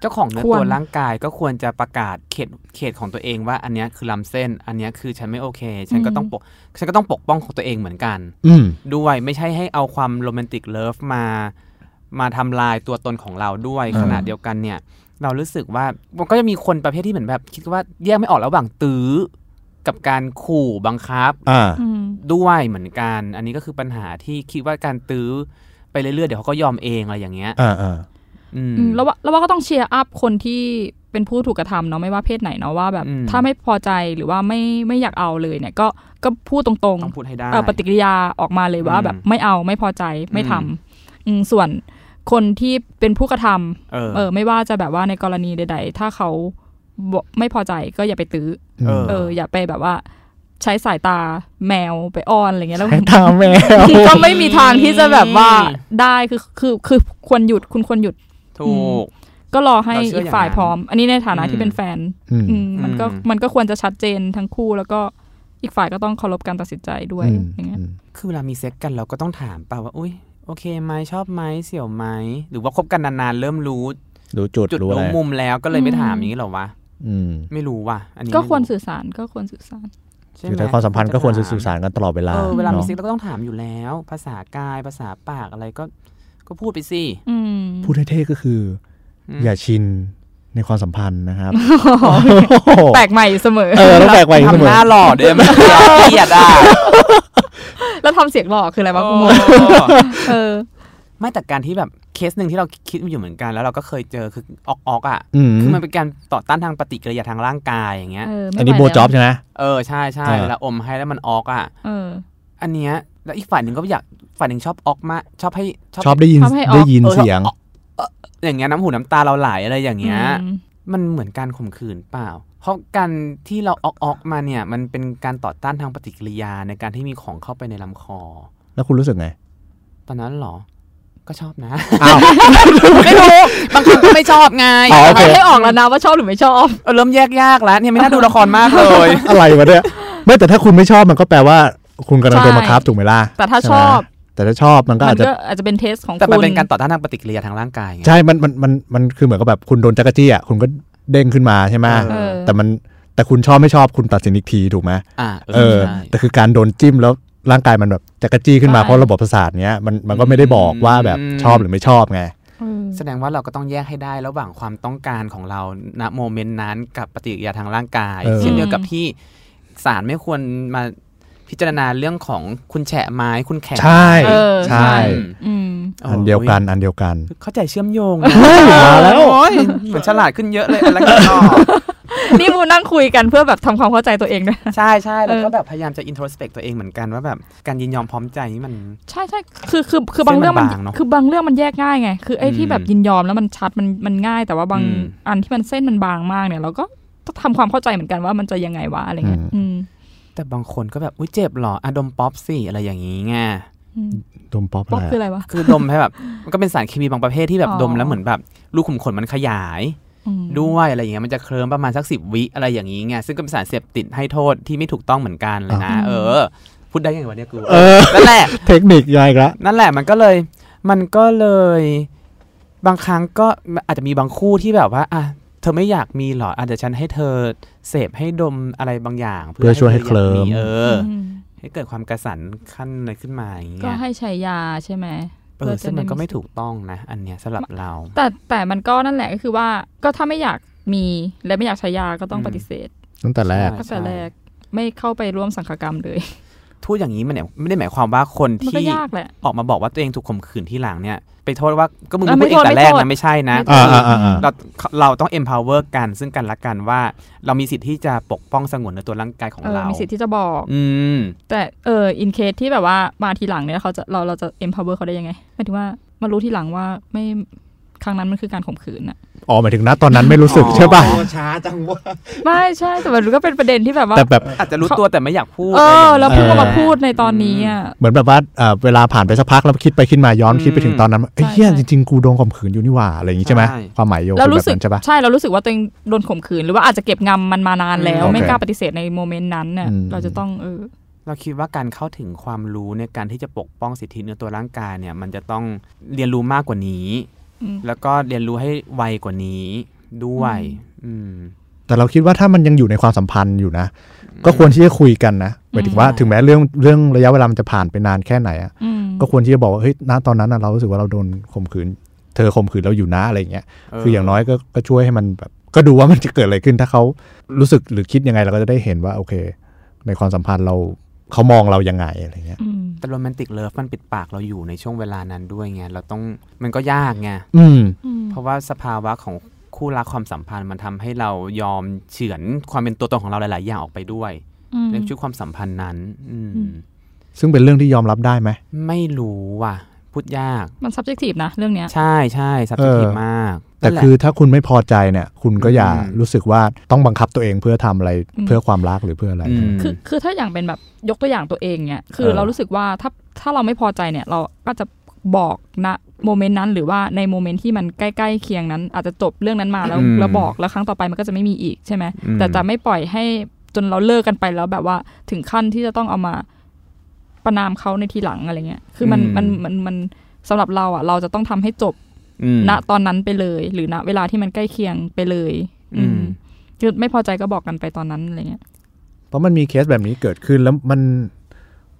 เจ้าของเนื้อ
ควร
ตัวร่างกายก็ควรจะประกาศเขตเขตของตัวเองว่าอันเนี้ยคือลำเส้น อันเนี้ยคือฉันไม่โอเค ฉันก็ต้องปกฉันก็ต้องปกป้องของตัวเองเหมือนกัน
อืม
ด้วยไม่ใช่ให้เอาความโรแมนติกเลิฟมา มาทำลายตัวตนของเราด้วย
เออ
ขณะเดียวกันเนี่ย เรารู้สึกว่ามันก็จะมีคนประเภทที่เหมือนแบบ คิดว่าแยกไม่ออกระหว่างตื้อ กับการขู่บังคับ
อ่า
อืม
ด้วยเหมือนกัน อันนี้ก็คือปัญหาที่คิดว่าการตื้อไปเรื่อยๆเดี๋ยวเขาก็ยอมเองอะไรอย่างเงี้ย
อ่าอ่า
อืม
อืมแล้วว่าแล้วว่าก็ต้องเชียร์อัพคนที่เป็นผู้ถูกกระทำเนาะไม่ว่าเพศไหนเนาะว่าแบบ
อืม
ถ้าไม่พอใจหรือว่าไม่ไม่อยากเอาเลยเนี่ยก็ก็พูดตรง
ต้องพูดให้ได้
ๆเอ่อปฏิกิริยาออกมาเลยว่า
อืม
แบบไม่เอาไม่พอใจไม่ทำ
อืม
อืมส่วนคนที่เป็นผู้กระทำ
เออ
เออไม่ว่าจะแบบว่าในกรณีใด ๆ ถ้าเขาบ่ไม่พอใจก็อย่าไปตื้อ
อืม
เอ
เออ อย่าไปแบบว่า ใช้สายตาแมวไปอ้อนอะไรเงี้ยแล้ว
ให้ตามแมว
ก็ไม่มีทางที่จะแบบว่าได้คือคือคือควรหยุดคุณควรหยุด
ถูก
ก็รอให้
เราเชื่ออก
อี
ย่าง
ฝ่าย
นั้น
พร้อม อันนี้ในฐานะ
อืม
ที่เป็นแฟน
อืม
อืมมันก็
อืม
มันก็ควรจะชัดเจนทั้งคู่แล้วก็อีกฝ่ายก็ต้องเคารพการตัดสินใจด้วย
อืม
อย่างเงี้ย
อืม
คือเวลามีเซ็กกันเราก็ต้องถามเปล่าว่า อุ้ยโอเคไหมชอบไหมเสี่ยวไหมหรือว่าคบกันนานๆ เริ่มรู้
ดูจุด
จุด
รู้อะไร
รู้มุมแล้วก็เลยไม่ถามอย่างนี้เหรอวะ
อืม
ไม่รู้ว่ะ อันนี้
ก็ควรสื่อสารก็ควรสื่อสาร
ใช่ไห
คือแต่ความสัมพันธ์ก็ควรจะสื่อสารกันตลอดเวลา
เออเวลามี
เนาะ
เซ็กเราก็ต้องถามอยู่แล้ว ภาษากายภาษาปากอะไรก็ ก็พูดไปสิ
อืม
พูดให้เท่ก็คืออ
ม
อย่าชินในความสัมพันธ์นะครับ
แปลกใหม่อยู่เสมอ
เออต้องแปลกไปเส
ทำ
ม
ห
อ
น้าหล่อด้วยมันเกลียด อ่ะ
แล้วทำเสียงหลอกคืออะไรวะคุณงง
โอ้
เออ
ไม่แต่การที่แบบเคสหนึ่งที่เราคิดอยู่เหมือนกัน แล้วเราก็เคยเจอคือออกออกๆอ่ะ
อืม
คือมันเป็นการต่อต้านทางปฏิกิริยาทางร่างกายอย่างเงี้ย
เออ
อัน
ไม่ไหว
นี้โบ
แล้ว
จ็อบใช่ไหม
เออใช่ใช่
อ่า
เวลาอมให้แล้วมันออกอ่ะ
เออ
อันเนี้ยแล้วอีกฝ่ายหนึ่งก็อยากฝ่ายหนึ่งชอบออกมากชอบให้
ชอบได้ยิน
ชอบให้ออก
ได้ยินเสียง
อย่างเงี้ยน้ำหูน้ำตาเราไหลอะไรอย่างเงี้ย
อืม
มันเหมือนการข่มขืนเปล่า เพราะการที่เราออกออกๆมาเนี่ย มันเป็นการต่อต้านทางปฏิกิริยาในการที่มีของเข้าไปในลำคอ
แล้วคุณรู้สึกไง
ตอนนั้นเหรอ ก็ชอบนะ
อ้าว
ไม่รู้ บางคนก็ไม่ชอบไง
อ๋อโอเค
ไม่ออกแล้วนะว่าชอบหรือไม่ชอบ
เออเริ่มแยกยากแล้วเนี่ยไม่น่าดูละครมากเลย
อะไรวะเนี่ยไม่แต่ถ้าคุณไม่ชอบมันก็แปลว่า คุณกำลังโดนบังคับถูกไหมล่ะ
แต่ถ้า
ใไหม
ชอบ
แต่ถ้าชอบมันก็
มั
อาจ
น
จะ
ก็อาจจะเป็นเทสของ
แต่
คุ
มัน
ณ
เป็นการต่อต้านทางปฏิกิริยาทางร่างกายไง
ใช่ มัน มัน มัน มันคือเหมือนกับแบบคุณโดนจักรจี้อ่ะ คุณก็เด้งขึ้นมาใช่ไหม
เอ
เออ
แต่มัน แต่คุณชอบไม่ชอบคุณตัดสินอีกทีถูกไหม
อ่า
เออ
ใช่
แต่คือการโดนจิ้มแล้วร่างกายมันแบบจักรจี้ขึ้นมาเพราะระบบประสาทเนี้ย มัน มันก็ไม่ได้บอกว่าแบบ
อืม
ชอบหรือไม่ชอบไง
เออ
แสดงว่าเราก็ต้องแยกให้ได้ระหว่างความต้องการของเราณโมเมนต์นั้นกับปฏิกิริยาทางร่างกาย
เออ
เช่นเดียวกับที่ศาลไม่ควรมาพิจารณาเรื่องของคุณแฉะไม้คุณแข็ง
ใช่
เออ
ใช่
ใช่
อืม
อันเดียวกัน อันเดียวกัน
เข้าใจเชื่อมโยง
มาแล้ว
โอ้ยเหมือนฉลาดขึ้นเยอะเลยอะไรกันต่อ
นี่บูนั่งคุยกันเพื่อแบบทำความเข้าใจตัวเองด้วย
ใช่ใช่แล้วก็
เออ
แบบพยายามจะ introspect ตัวเองเหมือนกันว่าแบบการยินยอมพร้อมใจนี่มัน
ใช่ใช่คือคือคือบาง
เส้นมัน
เรื่องมัน
บางเนอะ
คือบางเรื่องมันแยกง่ายไง คือไอ้ที่
อืม
แบบยินยอมแล้วมันชัดมันมันง่าย แต่ว่าบาง
อืม
อันที่มันเส้นมันบางมากเนี่ย เราก็ต้องทำความเข้าใจเหมือนกันว่ามันจะยังไงวะอะไรเงี้ยอืม
แต่บางคนก็แบบอุ้ยเจ็บเหรออะดมป๊อปสิอะไรอย่างนี้ไง
อืม
ดมป๊อปอะ
ป๊อป
ไร
คือ
อะ
อะไรวะ
คือดมให้แบบ มันก็เป็นสารเคมีบางประเภทที่แบบ
อ๋อ
ดมแล้วเหมือนแบบรูขุมขนมันขยาย
อืม
ด้วยอะไรอย่างเงี้ยมันจะเคลิ้มประมาณสักสิบวิอะไรอย่างงี้ไงซึ่งก็เป็นสารเสพติดให้โทษที่ไม่ถูกต้องเหมือนกันเลยนะ
อ่า
เออ พูดได้ยังไงวะเนี่ยกู
เออ
นั่นแหละ
เทคนิคยายละ
นั่นแหละมันก็เลย มันก็เลย บางครั้งก็อาจจะมีบางคู่ที่แบบว่าอ่ะเธอไม่อยากมีหรออาจจะเดี๋ยวฉันให้เธอเสพให้ดมอะไรบางอย่าง
เพื่อช่วยให้
ธ
เคลิ้
อ
ม
ยากเอออ
ม
ให้เกิดความกระสันขั้นอะไรขึ้นมาอย่าง
ก็
เงี้ย
ให้ใช้ยาใช่ไหม
เออซึ่งมันก็ไม่ถูกต้องนะ อันเนี้ยสำหรับเรา
แต่แต่มันก็นั่นแหละก็คือว่าก็ถ้าไม่อยากมีและไม่อยากใช้ยาก็ต้อง
อืม
ปฏิเสธ
ตั้งแต่แรก
ใช่
ตั้งแต่แรกไม่เข้าไปร่วมสังฆกรรมเลย
ทูดอย่างนี้มันเนี่ยไม่ได้หมายความว่าคน
มันก็
ที่
ยากแหละ
ออกมาบอกว่าตัวเองถูกข่มขืนที่หลังเนี่ยไปโทษว่าก็มึง
เออ
พูดเอง
ไม่โทษ
แต่แรก
ไม่โทษ
นะไม่ใช่นะ
อ่าอ่าอ่าอ่า
เราเราต้อง empower กันซึ่งกันและกันว่า เรามีสิทธิ์ที่จะปกป้องสงวนในอตัวร่างกายของ
เออ
เรา
มีสิทธิ์ที่จะบอก
อืม
แต่เอออินเคสที่แบบว่ามาทีหลังเนี่ยเขาจะเราเราจะ empower เขาได้ยังไงหมายถึงว่ามารู้ทีหลังว่าไม่ครั้งนั้นมันคือการข่มขืน อะ
อ๋อหมายถึงนะตอนนั้นไม่รู้สึกใช่ป่ะ
โอ้ช้าจังวะ
ไม่ใช่แต่มันก็เป็นประเด็นที่แบบว่า
แต่แบบ
อาจจะรู้ตัวแต่ไม่อยากพูด
เออเราเพิ่ง
อะ
เอา
ไรอย่งงี้ย
มาพูดในตอนนี้อะ
เหมือนแบบว่าเอ่อเวลาผ่านไปสักพักแล้วคิดไปคิดมาย้อน
อืม
คิดไปถึงตอนนั้นเอ้ยเฮีย
ใช่
จริงๆ กูโดนข่มขืนอยู่นี่หว่าอะไรอย่างงี้ใช่ไหม
ใช่
ความหมายโยคือ
เรา
แบ
รู้
บ
สึก
นั้นใช่ปะ
ใช่เรารู้สึกว่าตัวเองโดนข่มขืน หรือว่าอาจจะเก็บงำมันมานานแล้ว
อืมโอ
ไม่
เค
กล้าปฏิเสธในโมเมนต์นั้นเนี่ย
อืม
เราจะต้องเออ
เราคิดว่าการเข้าถึงความรู้ในการที่จะปกป้องสิทธิเนื้อตัวร่างกายเนี่ย มันจะต้องเรียนรู้มากกว่านี้
อืม
แล้วก็เรียนรู้ให้ไวกว่านี้ด้วย อืม
แต่เราคิดว่าถ้ามันยังอยู่ในความสัมพันธ์อยู่นะ ก็ควรที่จะคุยกันนะหมายถึงว่าถึงแม้เรื่องเรื่องระยะเวลามันจะผ่านไปนานแค่ไหนอะ
อืม
ก็ควรที่จะบอกว่าเฮ้ยณตอนนั้นน่ะเรารู้สึกว่าเราโดนข่มขืน เธอข่มขืนเราอยู่นะอะไรอย่างเงี้ย
เออ
คืออย่างน้อยก็ก็ช่วยให้มันแบบก็ดูว่ามันจะเกิดอะไรขึ้นถ้าเขารู้สึกหรือคิดยังไงเราก็จะได้เห็นว่าโอเค ในความสัมพันธ์เราเขามองเรายังไงอะไรเงี้ย
อืม
แต่โรแมนติกเลิฟมันปิดปากเราอยู่ในช่วงเวลานั้นด้วยไงเราต้องมันก็ยากไง
อืม
อืม
เพราะว่าสภาวะของคู่รักความสัมพันธ์มันทำให้เรายอมเฉือนความเป็นตัวตนของเราหลาย ๆ อย่างออกไปด้วย
อืม
ในช่วงความสัมพันธ์นั้น อืม
อืม
ซึ่งเป็นเรื่องที่ยอมรับได้ไหม
ไม่รู้ว่ะพูดยาก
มัน subjective นะเรื่องเนี้ย
ใช่ใช่สับส
เออ
นมาก
แต่
นั่นหละ
คือถ้าคุณไม่พอใจเนี่ย คุณก็อย่า
อืม
รู้สึกว่าต้องบังคับตัวเองเพื่อทำอะไร
อืม
เพื่อความรักหรือเพื่ออะไร
ม
คือคือถ้าอย่างเป็นแบบยกตัวอย่างตัวเองเนี่ยคือ
เออ
เรารู้สึกว่าถ้าถ้าเราไม่พอใจเนี่ย เราก็จะบอกณโมเมนต์นั้น หรือว่าในโมเมนต์ที่มันใกล้ๆเคียงนั้น อาจจะจบเรื่องนั้นมาแล้ว
อืม
เราบอกแล้วครั้งต่อไปมันก็จะไม่มีอีกใช่ไหม
อืม
แต่จะไม่ปล่อยให้จนเราเลิกกันไปแล้วแบบว่าถึงขั้นที่จะต้องเอามาประนามเขาในทีหลังอะไรเงี้ยคือมันมันมันมันสำหรับเราอ่ะ เราจะต้องทำให้จบ
ม
ณตอนนั้นไปเลย หรือณเวลาที่มันใกล้เคียงไปเลย
อืม
คือไม่พอใจก็บอกกันไปตอนนั้นอะไรเงี้ย
เพราะมันมีเคสแบบนี้เกิดขึ้นแล้วมัน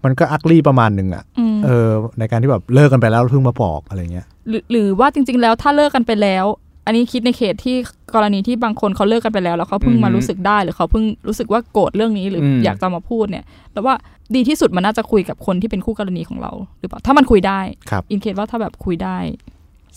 มันก็อักลี่ประมาณหนึ่งอะ
อืม
เออ ในการที่แบบเลิกกันไปแล้วเพิ่งมาบอกอะไรเงี้ย
หรือหรือว่าจริง ๆ แล้วถ้าเลิกกันไปแล้ว อันนี้คิดในเขตที่กรณีที่บางคนเขาเลิกกันไปแล้ว แล้วเขาเพิ่ง
อือฮึ
มารู้สึกได้ หรือเขาเพิ่งรู้สึกว่าโกรธเรื่องนี้หรืออ
ม
อยากจะมาพูดเนี่ยแต่ว่าดีที่สุดมันน่าจะคุยกับคนที่เป็นคู่กรณีของเรา หรือเปล่าถ้ามันคุยได้
ครับ
อินเคสว่าถ้าแบบคุยได้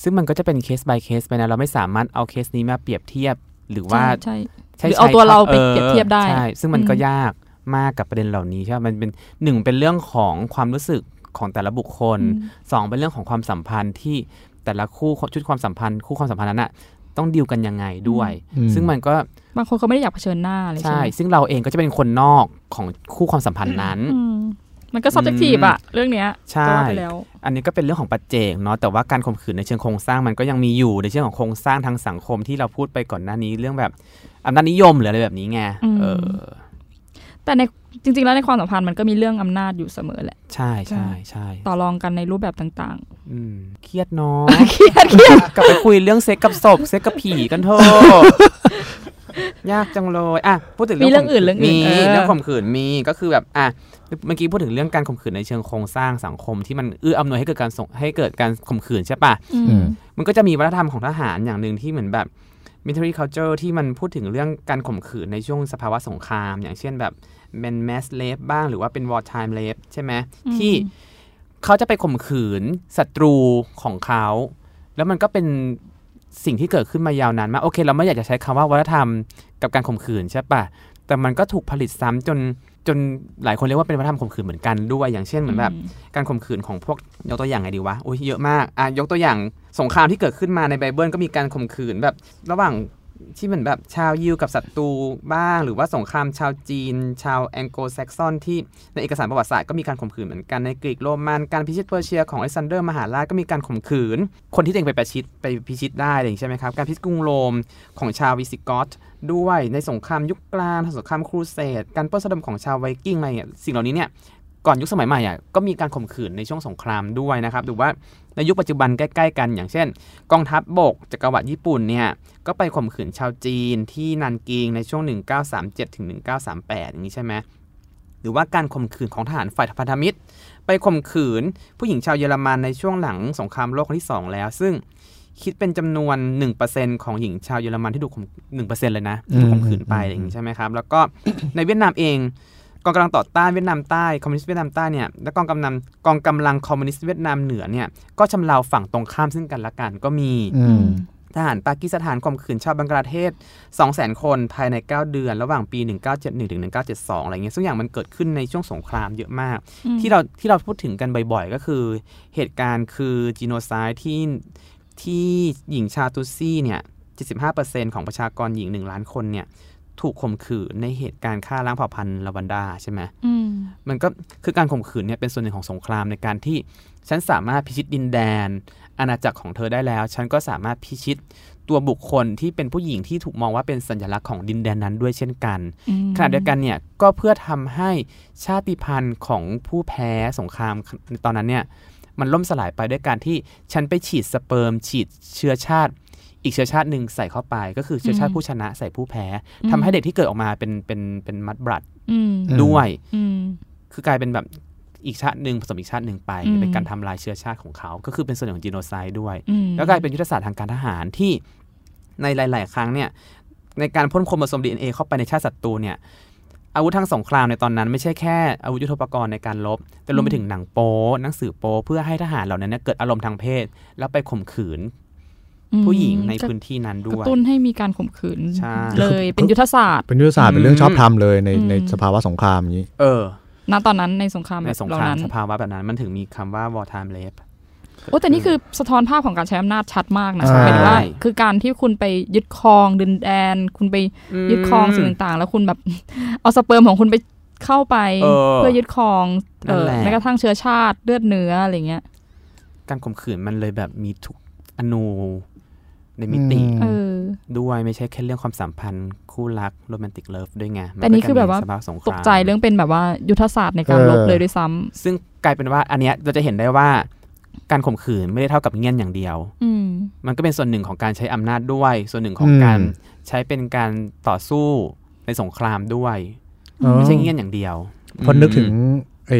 ซึ่งมันก็จะเป็นเคส by เคสไปนะเราไม่สามารถเอาเคสนี้มาเปรียบเทียบหรือว่า
ใช่ใช่
ใช่
หรือเอา
ใช่
ตัวเรา
คบ
ไปเปรียบเทียบได้
ใช่ ซึ่งมันก็
อืม
ยากมากกับประเด็นเหล่านี้ใช่ไหมมันเป็นหนึ่งเป็นเรื่องของความรู้สึกของแต่ละบุคคล
อืม
สองเป็นเรื่องของความสัมพันธ์ที่แต่ละคู่ชุดความสัมพันธ์ คู่ความสัมพันธ์นั้นอะ ต้องดีลกันยังไงด้วย
อืม
ซึ่งมันก็
บางคนเขาไม่ได้อยากเผชิญหน้าอะไรใช่
ใช่
ไหม
ซึ่งเราเองก็จะเป็นคนนอกของคู่ความสัมพันธ์นั้น
อืมมันก็ subjective อะเรื่องเนี้ย
ใช่
ก็ว่าไปแล้ว
อันนี้ก็เป็นเรื่องของปัจเจกเนาะแต่ว่าการข่มขืนในเชิงโครงสร้างมันก็ยังมีอยู่ในเชิงของโครงสร้างทางสังคมที่เราพูดไปก่อนหน้านี้เรื่องแบบอำนาจนิยมหรืออะไรแบบนี้ไง
อืม
เออ
แต่ในจริง ๆ แล้วในความสัมพันธ์มันก็มีเรื่องอำนาจอยู่เสมอแหละ
ใช่ใช่ใช่
ต่อรองกันในรูปแบบต่าง
อืมเครียดเนาะ
ๆ เครียดเครียด
กลับไปคุยเรื่องเซ็กกับศพเซ็กกับผีกันเถอะยากจังเลยอ่ะพูดถึง
มี
เรื่
เรื่
อ
อง ง
ข่
อื่นเรื่องอื่น
มี
เออ
เรื่องข่มขืนมีก็คือแบบอ่ะเมื่อกี้พูดถึงเรื่องการข่มขืนในเชิงโครงสร้างสังคมที่มันเอื้ออำนวยให้เกิดการส่งให้เกิดการข่มขืนใช่ปะ
อืม
มันก็จะมีวัฒนธรรมของทหารอย่างหนึ่งที่เหมือนแบบ military culture ที่มันพูดถึงเรื่องการข่มขืนในช่วงสภาวะสงคราม อย่างเช่นแบบเป็น mass rape บ้างหรือว่าเป็น war time rape ใช่ไหม
อืม
ที่เขาจะไปข่มขืนศัตรูของเขา แล้วมันก็เป็นสิ่งที่เกิดขึ้นมายาวนานมากโอเค เราไม่อยากจะใช้คำว่าวัฒนธรรมกับการข่มขืนใช่ปะแต่มันก็ถูกผลิตซ้ำจนจนหลายคนเรียกว่าเป็นวัฒนธรรมข่มขืนเหมือนกันด้วย อย่างเช่นเหมือนแบบ การข่มขืนของพวกยกตัวอย่างไงดีวะโอ้ยเยอะมากอ่ะยกตัวอย่างสงครามที่เกิดขึ้นมาในไบเบิลก็มีการข่มขืนแบบ ระหว่างที่เหมือนแบบชาวยิวกับศัตรูบ้าง หรือว่าสงครามชาวจีน ชาวแองโกลแซกซอนที่ในเอกสารประวัติศาสตร์ก็มีการข่มขืนเหมือนกันในกรีกโรมันการพิชิตเปอร์เซียของอเล็กซานเดอร์มหาราชก็มีการข่มขืน คนที่ตัวเองไปประชิดไปพิชิตได้อะไรอย่างนี้ใช่ไหมครับการพิชิตกรุงโรมของชาววิสิกอต ด้วยในสงครามยุคกลางสงครามครูเสดการปล้นสะดมของชาวไวกิ้งอะไรเนี่ยสิ่งเหล่านี้เนี่ย ก่อนยุคสมัยใหม่อ่ะก็มีการข่มขืนในช่วงสงครามด้วยนะครับหรือว่าในยุคปัจจุบันใกล้ ๆ กันอย่างเช่น กองทัพบบกจักรวรรดิญี่ปุ่นเนี่ยก็ไปข่มขืนชาวจีนที่นันกิงในช่วง 1937ถึง1938 อย่างนี้ใช่ไหมหรือว่าการข่มขืนของทหารฝ่ายพันธมิตร ไปข่มขืนผู้หญิงชาวเยอรมันในช่วงหลังสงครามโลกครั้งที่สองแล้ว ซึ่งคิดเป็นจำนวน 1%ของหญิงชาวเยอรมันที่ถูกข่ม1%เลยนะที่ถูกข่มขืนไปอะไรอย่างนี้ใช่ไหมครับแล้วก็ ในเวียดนามเอง กองกำลังต่อต้านเวียดนามใต้คอมมิวนิสต์เวียดนามใต้เนี่ยและกองกำลังกองกำลังคอมมิวนิสต์เวียดนามเหนือเนี่ยก็ชำเราฝั่งตรงข้ามซึ่งกันและกันก็มี
อืม
ทหารปากีสถานข่มขืนชาวบังกลาเทศ 200,000 คนภายใน 9 เดือน ระหว่างปี 1971 ถึง 1972 อะไรเงี้ยซึ่งอย่างมันเกิดขึ้นในช่วงสงครามเยอะมาก
อืม
ที่เราที่เราพูดถึงกันบ่อยๆ ก็คือเหตุการณ์คือจีโนไซด์ที่ที่หญิงชาวตุตซี่เนี่ย 75%ของประชากรหญิง 1 ล้านคนเนี่ย ถูกข่มขืนในเหตุการณ์ฆ่าล้างเผ่าพันธุ์ลาวันดาใช่ไหม
อืม
มันก็คือการข่มขืนเนี่ยเป็นส่วนหนึ่งของสงครามในการที่ฉันสามารถพิชิตดินแดน อาณาจักรของเธอได้แล้ว ฉันก็สามารถพิชิตตัวบุคคลที่เป็นผู้หญิงที่ถูกมองว่าเป็นสัญลักษณ์ของดินแดนนั้นด้วยเช่นกัน
อืม
ขณะเดียวกันเนี่ยก็เพื่อทำให้ชาติพันธุ์ของผู้แพ้สงครามในตอนนั้นเนี่ยมันล่มสลายไปด้วยการที่ฉันไปฉีดสเปิร์ม ฉีดเชื้อชาติ อีกเชื้อชาติหนึ่งใส่เข้าไป ก็คือเชื้อชาติผู้ชนะใส่ผู้แพ้ทำให้เด็กที่เกิดออกมาเป็นเป็นเป็นมัดบลัด
อืม
อืม
ด้วย
อืม
คือกลายเป็นแบบอีกชาติหนึ่งผสมอีกชาติหนึ่งไป
อืม
เป็นการทำลายเชื้อชาติของเขา ก็คือเป็นส่วนหนึ่งของจีโนไซด์ด้วย
อืม
แล้วกลายเป็นยุทธศาสตร์ทางการทหารที่ในหลาย ๆ ครั้งเนี่ยในการพ่นโครโมโซม DNA เข้าไปในชาติศัตรูเนี่ยอาวุธทางสงครามในตอนนั้นไม่ใช่แค่อาวุธยุทโธปกรณ์ในการรบ แต่รวมไป
อืม
ถึงหนังโป๊หนังสือโป๊เพื่อให้ทหารเหล่านั้นเนยเกิดอารมณ์ทางเพศ แล้วไปข่มขืน
อืม
ผู้หญิงใน
กระ
พื้นที่นั้น
ก
ด้
ระ
วย
ตุ้นให้มีการข่มขืน
ใช่
เลยเป็นยุทธศาสตร์
เป็นยุทธศาสตร์เป็นเรื่องชอบทำเลยใน
อืม
ในสภาวะสงครามอย่างนี้
เออ
ณตอนนั้นในสงคราม
ในสงค
เห
รา
ล่
ม
นั้น
สภาวะแบบนั้นมันถึงมีคำว่า war time rape
โอ้แต่นี่คือสะท้อนภาพของการใช้อำนาจชัดมากนะ
ใช่
หมายถึงว่า คือการที่คุณไปยึดครองดินแดน คุณไปยึดครองสิ่งต่างๆ แล้วคุณแบบ เอาสเปิร์มของคุณไปเข้าไป
เออ
เพื่อยึดครองเออ
นั่นแหละ
แม้กระทั่งเชื้อชาติเลือดเนื้ออะไรเงี้ย
การข่มขืนมันเลยแบบมีทุกอนูในมิติ
อืม
เออ
ด้วยไม่ใช่แค่เรื่องความสัมพันธ์คู่รักโรแมนติกเลิฟด้วยไงมั
แต่นี่คือแบบว่า
ก็จะมีสภพสงค
ต
ราก ม
ใจเรื่องเป็นแบบว่ายุทธศาสตร์ในการ
เออ
รบเลยด้วยซ้ำ
ซึ่งกลายเป็นว่า อันเนี้ยเราจะเห็นได้ว่าการข่มขืนไม่ได้เท่ากับเงี้ยนอย่างเดียว
อืม
มันก็เป็นส่วนหนึ่งของการใช้อำนาจด้วย ส่วนหนึ่งของการ
อืม
ใช้เป็นการต่อสู้ในสงครามด้วย
เออ
ไม่ใช่เงี้ยนอย่างเดียว
พอนึกถึงไอ้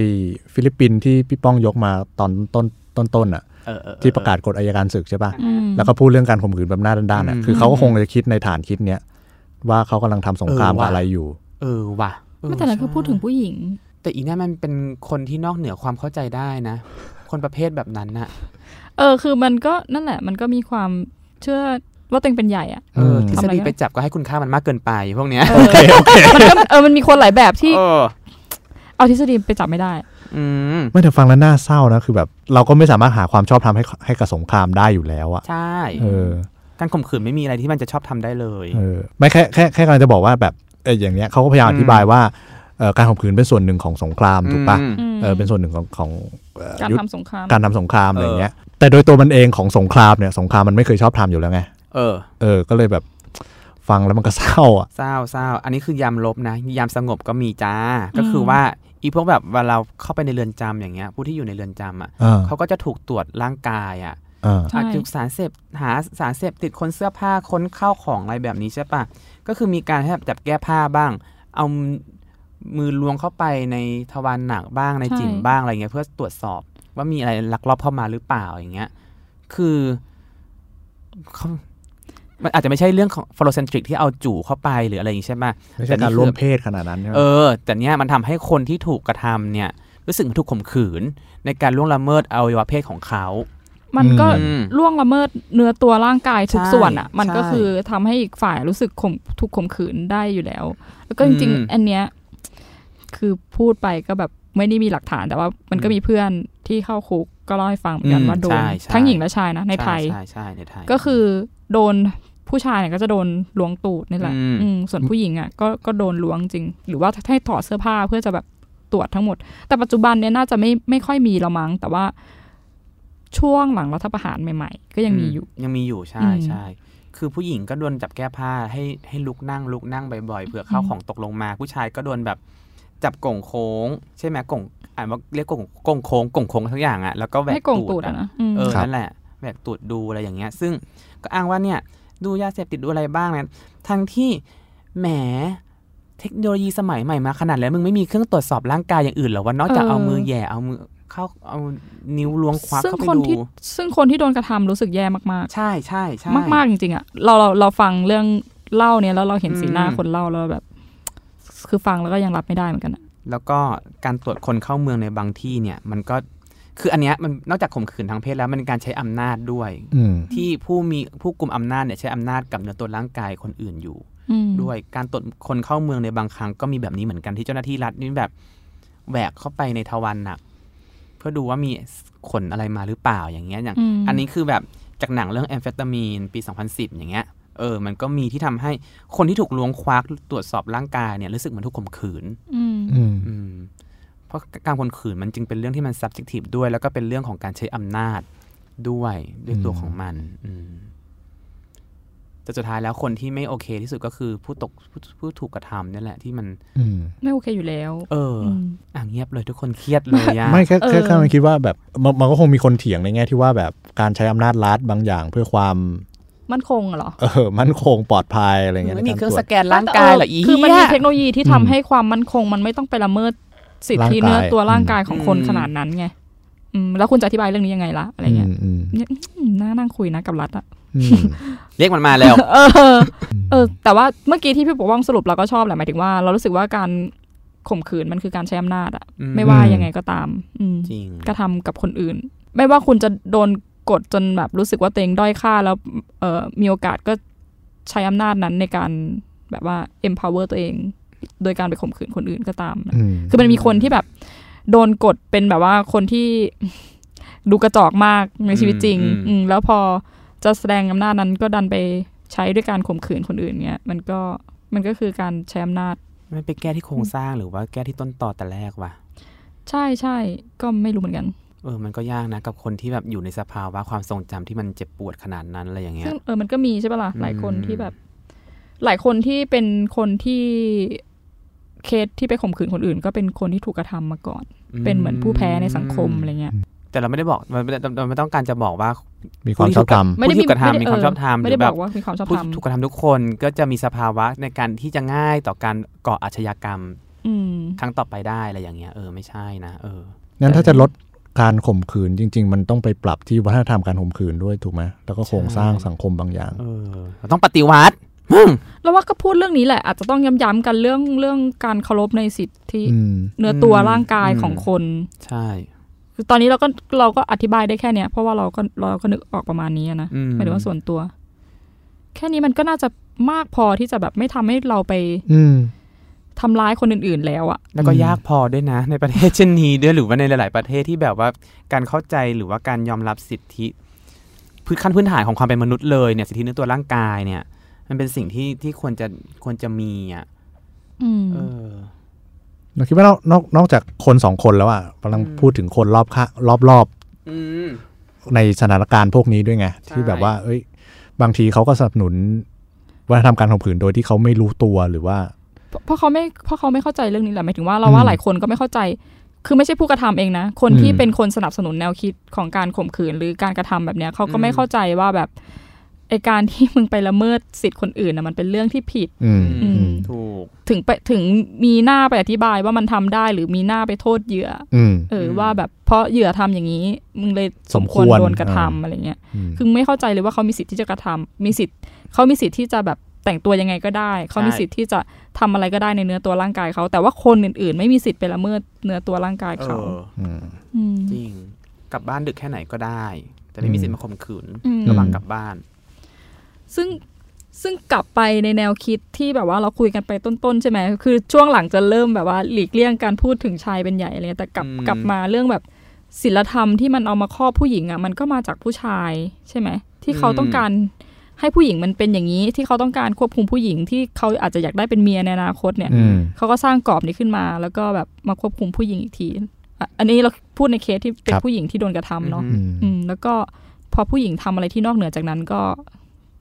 ฟิลิปปินส์ที่พี่ป้องยกมาตอนต้นต้นต้นๆอ่ะ
เออเออเออ
ที่ประกาศกฎอายการศึกใช่ป่ะ
อืม
แล้วก็พูดเรื่องการข่มขืนแบบหน้าด้านๆอ่ะ
อืม
คือเขาก็คงจะคิดในฐานคิดเนี้ยว่าเขากำลังทำสงคราม
เออ
กับ
ว่ะ
อะไรอยู่
เออว่ะเ
ไม่แต่นั้นคือพูดถึงผู้หญิง
แต่อีเนี่ยมันเป็นคนที่นอกเหนือความเข้าใจได้นะ คนประเภทแบบนั้นน่ะ
เออ คือมันก็นั่นแหละ มันก็มีความเชื่อว่าตัวเองเป็นใหญ่อะ
เออ
อืม
ทฤษฎีไปจับก็ให้คุณค่ามันมากเกินไปพวกเนี้ย
เออมันก็เออ มันมีคนหลายแบบที่
เออ
เอาทฤษฎีไปจับไม่ได้
อืม
ไม่แต่ฟังแล้วน่าเศร้านะคือแบบเราก็ไม่สามารถหาความชอบทำให้ให้กับสงครามได้อยู่แล้วอ่ะ
ใช่
เออ
การข่มขืนไม่มีอะไรที่มันจะชอบทำได้เลย
เออไม่แค่แค่แค่กำลังจะบอกว่าแบบเอออย่างเนี้ยเขาก็พยายามอธิบายว่าเอ่อการข่มขืนเป็นส่วนหนึ่งของสงครามถูกปะ
อืม
ม
เออเป็นส่วนหนึ่งของของเอ่อ
การ
ยุทธ
ทำสงคราม
การทำสงครามอะไรเงี้ยแต่โดยตัวมันเองของสงครามเนี่ยสงครามมันไม่เคยชอบทำอยู่แล้วไง
เออ
เออก็เลยแบบฟังแล้วมันก็เศร้าอ่ะ
เศร้าเศร้าอันนี้คือยามลบนะ ยามสงบก็มีจ้า ก็คืออ
ม
ว่าอีพวกแบบเวลาเราเข้าไปในเรือนจำอย่างเงี้ย ผู้ที่อยู่ในเรือนจำอ่ะ
อ่า
เขาก็จะถูกตรวจร่างกายอ่ะ
อ่า
ใช่
อาจจะสารเสพหาสารเสพติดคนเสื้อผ้าค้นข้าวของอะไรแบบนี้ใช่ปะก็คือมีการให้แบบจับแก้ผ้าบ้าง เอามือล้วงเข้าไปในทวารหนักบ้างใน
ใช่
จิ๋มบ้างอะไรเงี้ยเพื่อตรวจสอบว่ามีอะไรลักลอบเข้ามาหรือเปล่าอย่างเงี้ย คือเขามันอาจจะไม่ใช่เรื่องของฟลอเซนทริกที่เอาจู่เข้าไปหรืออะไรอย่างงี้ใช่ไหม
ไม่ใช่การร่วมเพศขนาดนั้นใช่ไหม
เออ แต่เนี้ยมันทำให้คนที่ถูกกระทำเนี่ยรู้สึกถูกข่มขืน ในการล่วงละเมิดอวัยวะเพศของเขา
มันก็
อืม
ล่วงละเมิดเนื้อตัวร่างกายทุก
ใช่
ส่วนอ่ะ มันก็
ใช่
คือทำให้อีกฝ่ายรู้สึกข่มถูกข่มขืนได้อยู่แล้ว แล้วก็จริง
อืม
ๆ อันเนี้ยคือพูดไปก็แบบไม่ได้มีหลักฐานแต่ว่ามันก็มีเพื่อนที่เข้าคุกก็เล่าให้ฟังเหมือนกัน
อืม
ว่าโดน
ใช่ใช่
ทั้งหญิงและชายนะในไทย
ใช่ใช่ในไทย
ก็คือโดนผู้ชายเนี่ยก็จะโดนล้วงตูดนี่แหละ
อืม
อืมส่วนผู้หญิงอ่ะก็ก็โดนล้วงจริง หรือว่าให้ถอดเสื้อผ้าเพื่อจะแบบตรวจทั้งหมด แต่ปัจจุบันเนี่ยน่าจะไม่ไม่ค่อยมีและมั้งแต่ว่าช่วงหลังรัฐประหารใหม่ ๆ ก็ยังมีอยู่
ยังมีอยู่ใช่
อืม
ใช่คือผู้หญิงก็โดนจับแก้ผ้าให้ให้ลุกนั่งลุกนั่งบ่อยๆเผื่อข้าว
อืม
ของตกลงมา ผู้ชายก็โดนแบบจับก่งโค้ง ใช่ไหมก่งอ่านว่าเรียกก่งก่งโค้งก่งโค้งทั้งอย่างอ่ะแล้วก็แหว
ให้
ก
โกงตูด
อะ
อะนะอืม
เออ
ครับ
นั่นแหละแบบตรวจดูอะไรอย่างเงี้ย ซึ่งก็อ้างว่าเนี่ย ดูยาเสพติดดูอะไรบ้างนะทั้งที่แหมเทคโนโลยีสมัยใหม่มาขนาดแล้วมึงไม่มีเครื่องตรวจสอบร่างกายอย่างอื่นเหรอวะนอกจาก
เออ
เอามือแหย่เอามือเข้าเอานิ้วล้วงควัก
ซึ่ง
เข้าไป
คน
ดู
ที่ซึ่งคนที่โดนกระทำรู้สึกแย่มาก
ใช่ใช่ใช่
ๆ มากๆจริงๆอ่ะเราเราเราฟังเรื่องเล่าเนี่ยแล้วเราเห็นสีหน้า
อืม
คนเล่าแล้วแบบ คือฟังแล้วก็ยังรับไม่ได้เหมือนกันอะ
แล้วก็การตรวจคนเข้าเมืองในบางที่เนี่ย มันก็คืออันเนี้ยมันนอกจากข่มขืนทางเพศแล้วมันเป็นการใช้อำนาจด้วย
อืม
ที่ผู้มีผู้กลุ่มอำนาจเนี่ยใช้อำนาจกับเนื้อตัวร่างกายคนอื่นอยู่
อืม
ด้วยการตรวจคนเข้าเมืองในบางครั้งก็มีแบบนี้เหมือนกันที่เจ้าหน้าที่รัฐนี่แบบแหวกเข้าไปในทวารหนัก เพื่อดูว่ามีขนอะไรมาหรือเปล่าอย่างเงี้ยอย่าง
อืม
อันนี้คือแบบจากหนังเรื่องแอมเฟตามีนปี 2010 อย่างเงี้ยเออมันก็มีที่ทำให้คนที่ถูกล้วงควักตรวจสอบร่างกายเนี่ยรู้สึกเหมันถูกข่มขืน
อืม
อืม
อืมเพราะการข่มขืนมันจึงเป็นเรื่องที่มัน subjective ด้วย แล้วก็เป็นเรื่องของการใช้อำนาจด้วยด้วยตัว
อืม
ของมัน อืมแต่สุดท้ายแล้วคนที่ไม่โอเคที่สุดก็คือผู้ตกผู้ผู้ถูกกระทำเนี่ยแหละที่มัน
อืม
ไม่โอเคอยู่แล้ว
เอออ
ม
อ่ะเงียบเลยทุกคนเครียดเลยอะ
ไม่แค่แค่
เออ
แค่มันคิดว่าแบบมันมันก็คงมีคนเถียงในแง่ที่ว่าแบบการใช้อำนาจรัฐบางอย่างเพื่อความ
มันคงอะเหรอ
เออมั่นคงปลอดภัยอะไรเงี้ย
ไม่มีเครื่องส
ในกาตวจ
แกนร่างกายเหรออี
คือมันมี
เหี้ย
เทคโนโลยีที่ทำให้ความมั่นคง มันไม่ต้องไปละเมิดสิทธิ
ร่างกาย
เนื้อตัวร่างกายของคน
อืม
ขนาดนั้นไงอืมแล้วคุณจะอธิบายเรื่องนี้ยังไงล่ะอะไรเงี้ย
มอืม
เนี่ยอืมน่านั่งคุยนะกับรัฐอะ
อืม
เรียกมันมาแล้ว
เออ เออ แต่ว่าเมื่อกี้ที่พี่ปกป้องสรุปเราก็ชอบแหละหมายถึงว่าเรารู้สึกว่าการข่มขืนมันคือการใช้อำนาจอะ
อืม
ไม่ว่ายังไงก็ตาม อืม
จริง
กระทำกับคนอื่น ไม่ว่าคุณจะโดนกดจนแบบรู้สึกว่าตัวเองด้อยค่าแล้วเอ่อมีโอกาสก็ใช้อำนาจนั้นในการแบบว่า empower ตัวเอง โดยการไปข่มขืนคนอื่นก็ตามนะ
อืม
คือมันมีคนที่แบบโดนกดเป็นแบบว่าคนที่ ดูกระจอกมากในชีวิตจริง
อืม
อืมแล้วพอจะแสดงอำนาจนั้นก็ดันไปใช้ด้วยการข่มขืนคนอื่นเนี้ยมันก็มันก็คือการใช้อำนาจ
ไม่ไปแก้ที่โครงสร้างหรือว่าแก้ที่ต้นต่อแต่แรกว่ะ
ใช่ใช่ก็ไม่รู้เหมือนกัน
เออ มันก็ยากนะกับคนที่แบบอยู่ในสภาวะความทรงจำที่มันเจ็บปวดขนาดนั้นอะไรอย่างเงี้ย
ซึ่งเออมันก็มีใช่ปะล่ะหลายคน
อืม
ที่แบบ หลายคนที่เป็นคนที่เคสที่ไปข่มขืนคนอื่น ก็เป็นคนที่ถูกกระทำมาก่อน เป็นเหมือนผู้แพ้ในสังคมอะไรเงี้ย
แต่เราไม่ได้บอกมันไม่ได้เราไม่ต้องการจะบอกว่า
มีความชอบธรรม
ไม่ได้
ผู้ที่ถูกกระทำ
ไได้
มีความชอบธรรม
ไม่
ห
ได้
รือแบบ บ
อกว่ามีความชอบ
ผู้
ธรรม
ถูกกระทำทุกคนก็จะมีสภาวะในการที่จะง่ายต่อการก่ออาชญากรรม
อืม
ครั้งต่อไปได้อะไรอย่างเงี้ยเออไม่ใช่นะเออ
งั้นถ้าจะลดการข่มขืนจริง ๆ มันต้องไปปรับที่วัฒนธรรมการข่มขืนด้วยถูกไหมแล้วก็โครงสร้างสังคมบางอย่าง
เออเราต้องปฏิวัติ
แล้วว่าก็พูดเรื่องนี้แหละอาจจะต้องย้ำๆกันเรื่องเรื่องการเคารพในสิทธิ
อืม
เนื้อตัว
อืม
ร่างกาย
อืม
ของคน
ใช่
คือตอนนี้เราก็เราก็อธิบายได้แค่เนี้ยเพราะว่าเราก็เราก็นึกออกประมาณนี้อะนะ
อื
หมายถึงว่าส่วนตัว แค่นี้มันก็น่าจะมากพอที่จะแบบไม่ทำให้เราไป
อืม
ทำร้ายคนอื่น ๆ แล้วอะ
แล้วก็
อืม
ยากพอด้วยนะ ในประเทศเช่นนี้ด้วยหรือว่าในหลาย ๆ ประเทศที่แบบว่าการเข้าใจหรือว่าการยอมรับสิทธิ พื้นขั้นพื้นฐานของความเป็นมนุษย์เลยเนี่ยสิทธิเนื้อตัวร่างกายเนี่ย มันเป็นสิ่งที่ที่ควรจะควรจะมีอ่ะ
อืม
เออ
เราคิดว่านอกนอกนอกจากคนสองคนแล้วอ่ะกำลัง
อืม
พูดถึงคนรอบข้างรอบรอบ
อืม
ๆในสถานการณ์พวกนี้ด้วยไง ที่แบบว่า เอ้ย บางทีเขาก็สนับสนุนวัฒนธรรมการข่มขืนโดยที่เขาไม่รู้ตัวหรือว่า
เพราะเพราะเขาไม่เพราะเขาไม่เข้าใจเรื่องนี้แหละหมายถึงว่าเรา
อืม
ว่าหลายคนก็ไม่เข้าใจ คือไม่ใช่ผู้กระทำเองนะ คนที่
อืม
เป็นคนสนับสนุนแนวคิดของการข่มขืนหรือการกระทำแบบเนี้ยเขาก็
อืม
ไม่เข้าใจว่าแบบไอการที่มึงไปละเมิดสิทธิ์คนอื่นนะมันเป็นเรื่องที่ผิด
อืม
อืม
ถูก
ถึงไปถึงมีหน้าไปอธิบายว่ามันทำได้หรือมีหน้าไปโทษเหยื่อ
อืม
เอออ
ม
ว่าแบบเพราะเหยื่อทำอย่างนี้ มึงเลย
สมควร
โดนกระทำ
อ่า
อะไรเงี้ย
อืม
คือไม่เข้าใจเลยว่าเขามีสิทธิ์ที่จะกระทำมีสิทธิ์เขามีสิทธิ์ที่จะแบบแต่งตัวยังไงก็ได้เขามีสิทธิ์ที่จะทำอะไรก็ได้ในเนื้อตัวร่างกายเขาแต่ว่าคนอื่นๆ ไม่มีสิทธิ์ไปละเมิดเนื้อตัวร่างกาย
เอ
เขา
อ
อืม
ม
จริง กลับบ้านดึกแค่ไหนก็ได้ แต่ไม่มี
อืม
สิทธิ์มาข่มขืน
อืม
ระหว่างกลับบ้าน
ซึ่งซึ่งกลับไปในแนวคิดที่แบบว่าเราคุยกันไปต้นๆใช่ไหมคือช่วงหลังจะเริ่มแบบว่าหลีกเลี่ยงการพูดถึงชายเป็นใหญ่อะไรเงี้ยแต่กลับ
อืม
กลับมาเรื่องแบบศิลธรรมที่มันเอามาครอบผู้หญิงอ่ะมันก็มาจากผู้ชายใช่ไหมที่เขาต้องการให้ผู้หญิงมันเป็นอย่างนี้ ที่เขาต้องการควบคุมผู้หญิงที่เขาอาจจะอยากได้เป็นเมียในอนาคตเนี่ย
อืม
เขาก็สร้างกรอบนี้ขึ้นมา แล้วก็แบบมาควบคุมผู้หญิงอีกทีอ่ะอันนี้เราพูดในเคสที่เป็น
ครับ
ผู้หญิงที่โดนกระทำเนาะ
อื
อื
ม
ม
อืมแล้วก็พอผู้หญิงทำอะไรที่นอกเหนือจากนั้นก็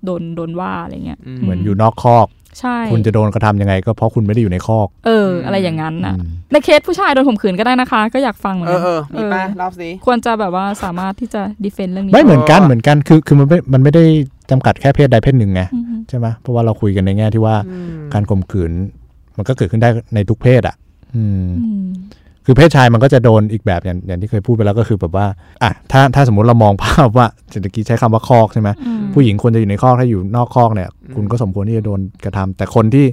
โดนโดนว่าอะไรเงี้ย
เหมือน
ม
อยู่นอกคอก
ใช่
คุณจะโดนกระทำยังไงก็เพราะคุณไม่ได้อยู่ในคอก
เออ อะไรอย่างนั้นนะ
อืม
ในเคสผู้ชายโดนข่มขืนก็ได้นะคะ ก็อยากฟังเหมือน
เอ
กั
อเออมีป้า
เออ
รอบสิ
ควรจะแบบว่าสามารถที่จะดีเฟนต์เรื่องนี้
ไม่เหมือนกัน
เออ
เหมือนกันคือคือมันไม่มันไม่ได้จำกัดแค่เพศใดเพศหนึ่งไง
อืม
ใช่ไหมเพราะว่าเราคุยกันในแง่ที่ว่าการข่มขืน มันก็เกิดขึ้นได้ในทุกเพศอ่ะ อืม
อืม
คือเพศชายมันก็จะโดนอีกแบบอย่างอย่างที่เคยพูดไปแล้วก็คือแบบว่าอ่ะถ้าถ้าสมมติเรามองภาพว่าเศรษฐกิจใช้คำว่าคอกใช่ไหม
อืม
ผู้หญิงควรจะอยู่ในคอกถ้าอยู่นอกคอกเนี่ย คุณก็สมควรที่จะโดนกระทำแต่คนที่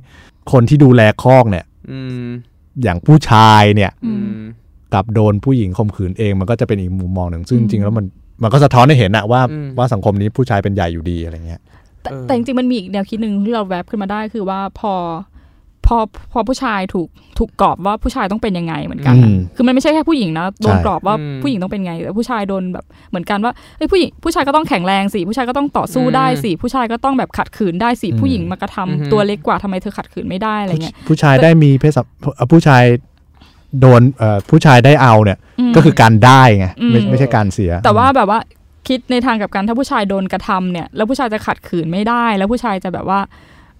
คนที่ดูแลคอกเนี่ย
อืม
อย่างผู้ชายเนี่ย
อื
อื
ม
ม
กับโดนผู้หญิงข่มขืนเองมันก็จะเป็นอีกมุมมองหนึ่งซึ่ง
อื
จ
ม
ริงๆแล้วมันมันก็สะท้อนให้เห็นอะว่า
อืม
ว่าสังคมนี้ผู้ชายเป็นใหญ่อยู่ดีอะไรเงี้ย
แต่
เออ
แต่จริงๆมันมีอีกแนวคิดหนึ่งที่เราแวบขึ้นมาได้คือว่าพอพอพอผู้ชายถูกถูกกรอบว่าผู้ชายต้องเป็นยังไงเหมือนกันอะ
อืม
คือมันไม่ใช่แค่ผู้หญิงนะโดน
ใช่
กรอบว่า
อืม
ผู้หญิงต้องเป็นไงแต่ผู้ชายโดนแบบเหมือนกันว่าเฮ้ยผู้หญิงผู้ชายก็ต้องแข็งแรงสิผู้ชายก็ต้องต่อสู้ได้สิผู้ชายก็ต้องแบบขัดขืนได้สิผู้หญิงมากระทำ
อืม
ตัวเล็กกว่าทำไมเธอขัดขืนไม่ได้อะไรเงี้ย
ผู้ชายได้มีเพศสัมเอ่อผู้ชายโดนเอ่อผู้ชายได้เอาเนี่ย
ม
ก็คือการได้ไงไม่
อืม
ไม่ใช่การเสีย
แต่ว่าแบบว่าคิดในทางกลับกันถ้าผู้ชายโดนกระทำเนี่ยแล้วผู้ชายจะขัดขืนไม่ได้ แล้วผู้ชายจะแบบว่า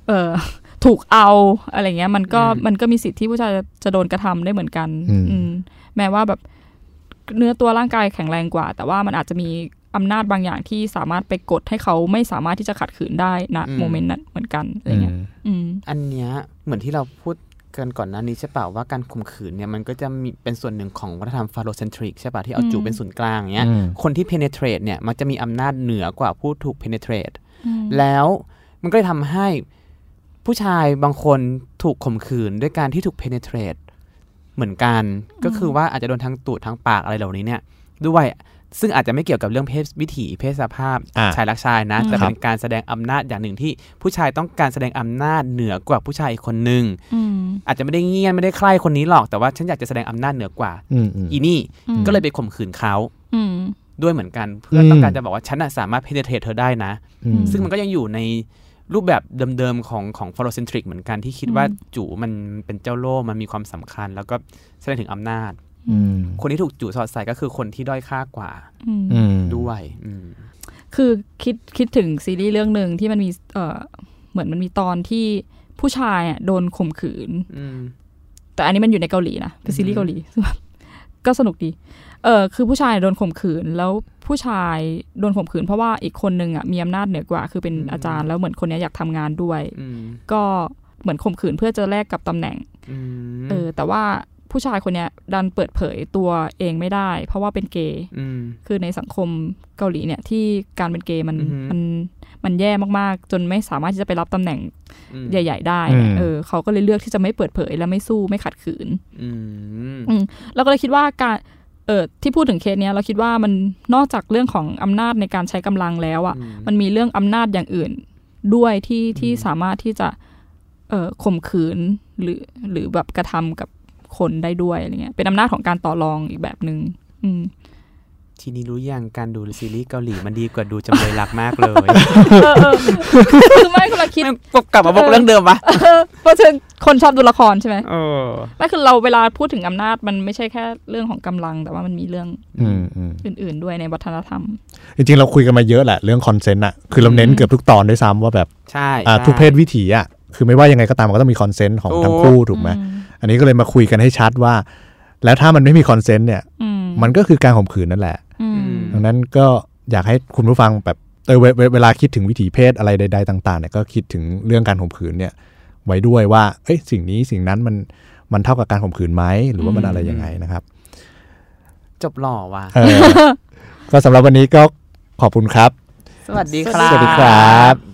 เออถูกเอาอะไรเงี้ย มันก็
อืม
มันก็มีสิทธิ์ที่ผู้ชายจะจะโดนกระทำได้เหมือนกัน
อืม
อืมแม้ว่าแบบเนื้อตัวร่างกายแข็งแรงกว่า แต่ว่ามันอาจจะมีอำนาจบางอย่างที่สามารถไปกดให้เขาไม่สามารถที่จะขัดขืนได้นะ
อืม
โมเมนต์นั้นเหมือนกันอะไร
อืม
เงี้ยอืม
อันเนี้ยเหมือนที่เราพูดกันก่อนหน้านี้ใช่เปล่าว่าการข่มขืนเนี่ยมันก็จะมีเป็นส่วนหนึ่งของวัฒนธรรมฟาโรเซนทริกใช่ป่ะที่เอา
อืม
จูบเป็นศูนย์กลางอย่างเงี้ย
อืม
คนที่ penetrate เนี่ยมันจะมีอำนาจเหนือกว่าผู้ถูก penetrate
อืม
แล้วมันก็เลยทำให้ผู้ชายบางคนถูกข่มขืนด้วยการที่ถูก penetrate เหมือนกัน ก็คือว่าอาจจะโดนทั้งตูดทั้งปากอะไรเหล่านี้เนี่ยด้วยซึ่งอาจจะไม่เกี่ยวกับเรื่องเพศวิถีเพศสภาพ
อ่า
ชายรักชายนะ แต่
ครับ
เป็นการแสดงอำนาจอย่างหนึ่งที่ผู้ชายต้องการแสดงอำนาจเหนือกว่าผู้ชายอีกคนหนึ่ง
อืม
อาจจะไม่ได้เงียนไม่ได้ใคร่คนนี้หรอกแต่ว่าฉันอยากจะแสดงอำนาจเหนือกว่า
อืมอืม
อีนี่
อืม
ก็เลยไปข่มขืนเขา
อืม
ด้วยเหมือนกัน เพื่ออ
ม
ต้องการจะบอกว่าฉันน่ะสามารถ penetrate เธอได้นะ
อืม
ซึ่งมันก็ยังอยู่ในรูปแบบเดิมๆของของฟลอเซนทริกเหมือนกันที่คิด
อืม
ว่าจู่มันเป็นเจ้าโล่มันมีความสำคัญ แล้วก็แสดงถึงอำนาจ
อืม
คนที่ถูกจู่สอดใส่ก็คือคนที่ด้อยค่ากว่า
อืม
อืม
ด้วยอืม
คือคิดคิดถึงซีรีส์เรื่องหนึ่งที่มันมีเออเหมือนมันมีตอนที่ผู้ชายอ่ะโดนข่มขืน
อืม
แต่อันนี้มันอยู่ในเกาหลีนะเป็นซีรีส์เกาหลีซึ่งแบบ ก็สนุกดีเออคือผู้ชายโดนข่มขืน แล้วผู้ชายโดนข่มขืน เพราะว่าอีกคนนึงอ่ะมีอำนาจเหนือกว่า คือเป็น
อืม
อาจารย์แล้วเหมือนคนเนี้ยอยากทำงานด้วย
อืม
ก็เหมือนข่มขืนเพื่อจะแลกกับตำแหน่ง
อืม
เออ แต่ว่าผู้ชายคนเนี้ยดันเปิดเผยตัวเองไม่ได้ เพราะว่าเป็นเกย์
ม
คือในสังคมเกาหลีเนี่ยที่การเป็นเกย์มัน
อือหือ
มันมันแย่มากๆ จนไม่สามารถที่จะไปรับตำแหน่ง
อืม
ใหญ่ ๆ ได้เนี่ย
อืม
เออเขาก็เลยเลือกที่จะไม่เปิดเผยและไม่สู้ไม่ขัดขืน
อืม
แล้วก็เลยคิดว่าการเออที่พูดถึงเคสเนี้ยเราคิดว่ามันนอกจากเรื่องของอำนาจในการใช้กำลังแล้วอะ่ะ
อื
มันมีเรื่องอำนาจอย่างอื่นด้วยที่ที่สามารถที่จะเออข่มขืนหรือหรือแบบ กระทำกับคนได้ด้วยอะไรเงี้ยเป็นอำนาจของการต่อรองอีกแบบหนึง่งอืม
ทีนี้รู้ยังการดูซีรีส์เกาหลีมันดีกว่าดูจำเลยรักมากเลย
เออเอ อคือไม่คุณเราคิด
แม่งกลับกลับมาบอกเรื่องเดิมปะ
เออเพราะฉะนั้นคนชอบดูละครใช่ไหม
เออ
ไม่คือเราเวลาพูดถึงอำนาจมันไม่ใช่แค่เรื่องของกำลัง แต่ว่ามันมีเรื่อง
อืมอืม
อื่น ๆ ด้วยในวัฒนธรรม
จริงๆเราคุยกันมาเยอะแหละเรื่องคอนเซนต์อะคือเราเน้นเกือบทุกตอนด้วยซ้ำว่าแบบ
ใช่
อ่า
ใช่
ทุกเพศวิถีอะคือไม่ว่ายังไงก็ตามมันก็ต้องมีคอนเซนต์ของทั้งคู่ถูกไหม
อืม
อันนี้ก็เลยมาคุยกันให้ชัดว่า แล้วถ้ามันไม่มีคอนเซนต์เนี่ย
อืม
มันก็คือการข่มขืนนั่นแหละ
อื
อื
ม
ม
ดังนั้นก็อยากให้คุณผู้ฟังแบบเออเวเวเวลาคิดถึงวิถีเพศอะไรใด ๆ ต่างๆเนี่ยก็คิดถึงเรื่องการข่มขืนเนี่ย ไว้ด้วยว่าเอ้ยสิ่งนี้สิ่งนั้นมันมันเท่ากับการข่มขืนไหมหรือว่ามัน
อืม
อะไรยังไงนะครับ
จบหล่อว่ะ
เออ ก็สำหรับวันนี้ก็ขอบคุณครับ
สวัสดี
ส
ค
วัสดี
รับ
สวัสดีครับ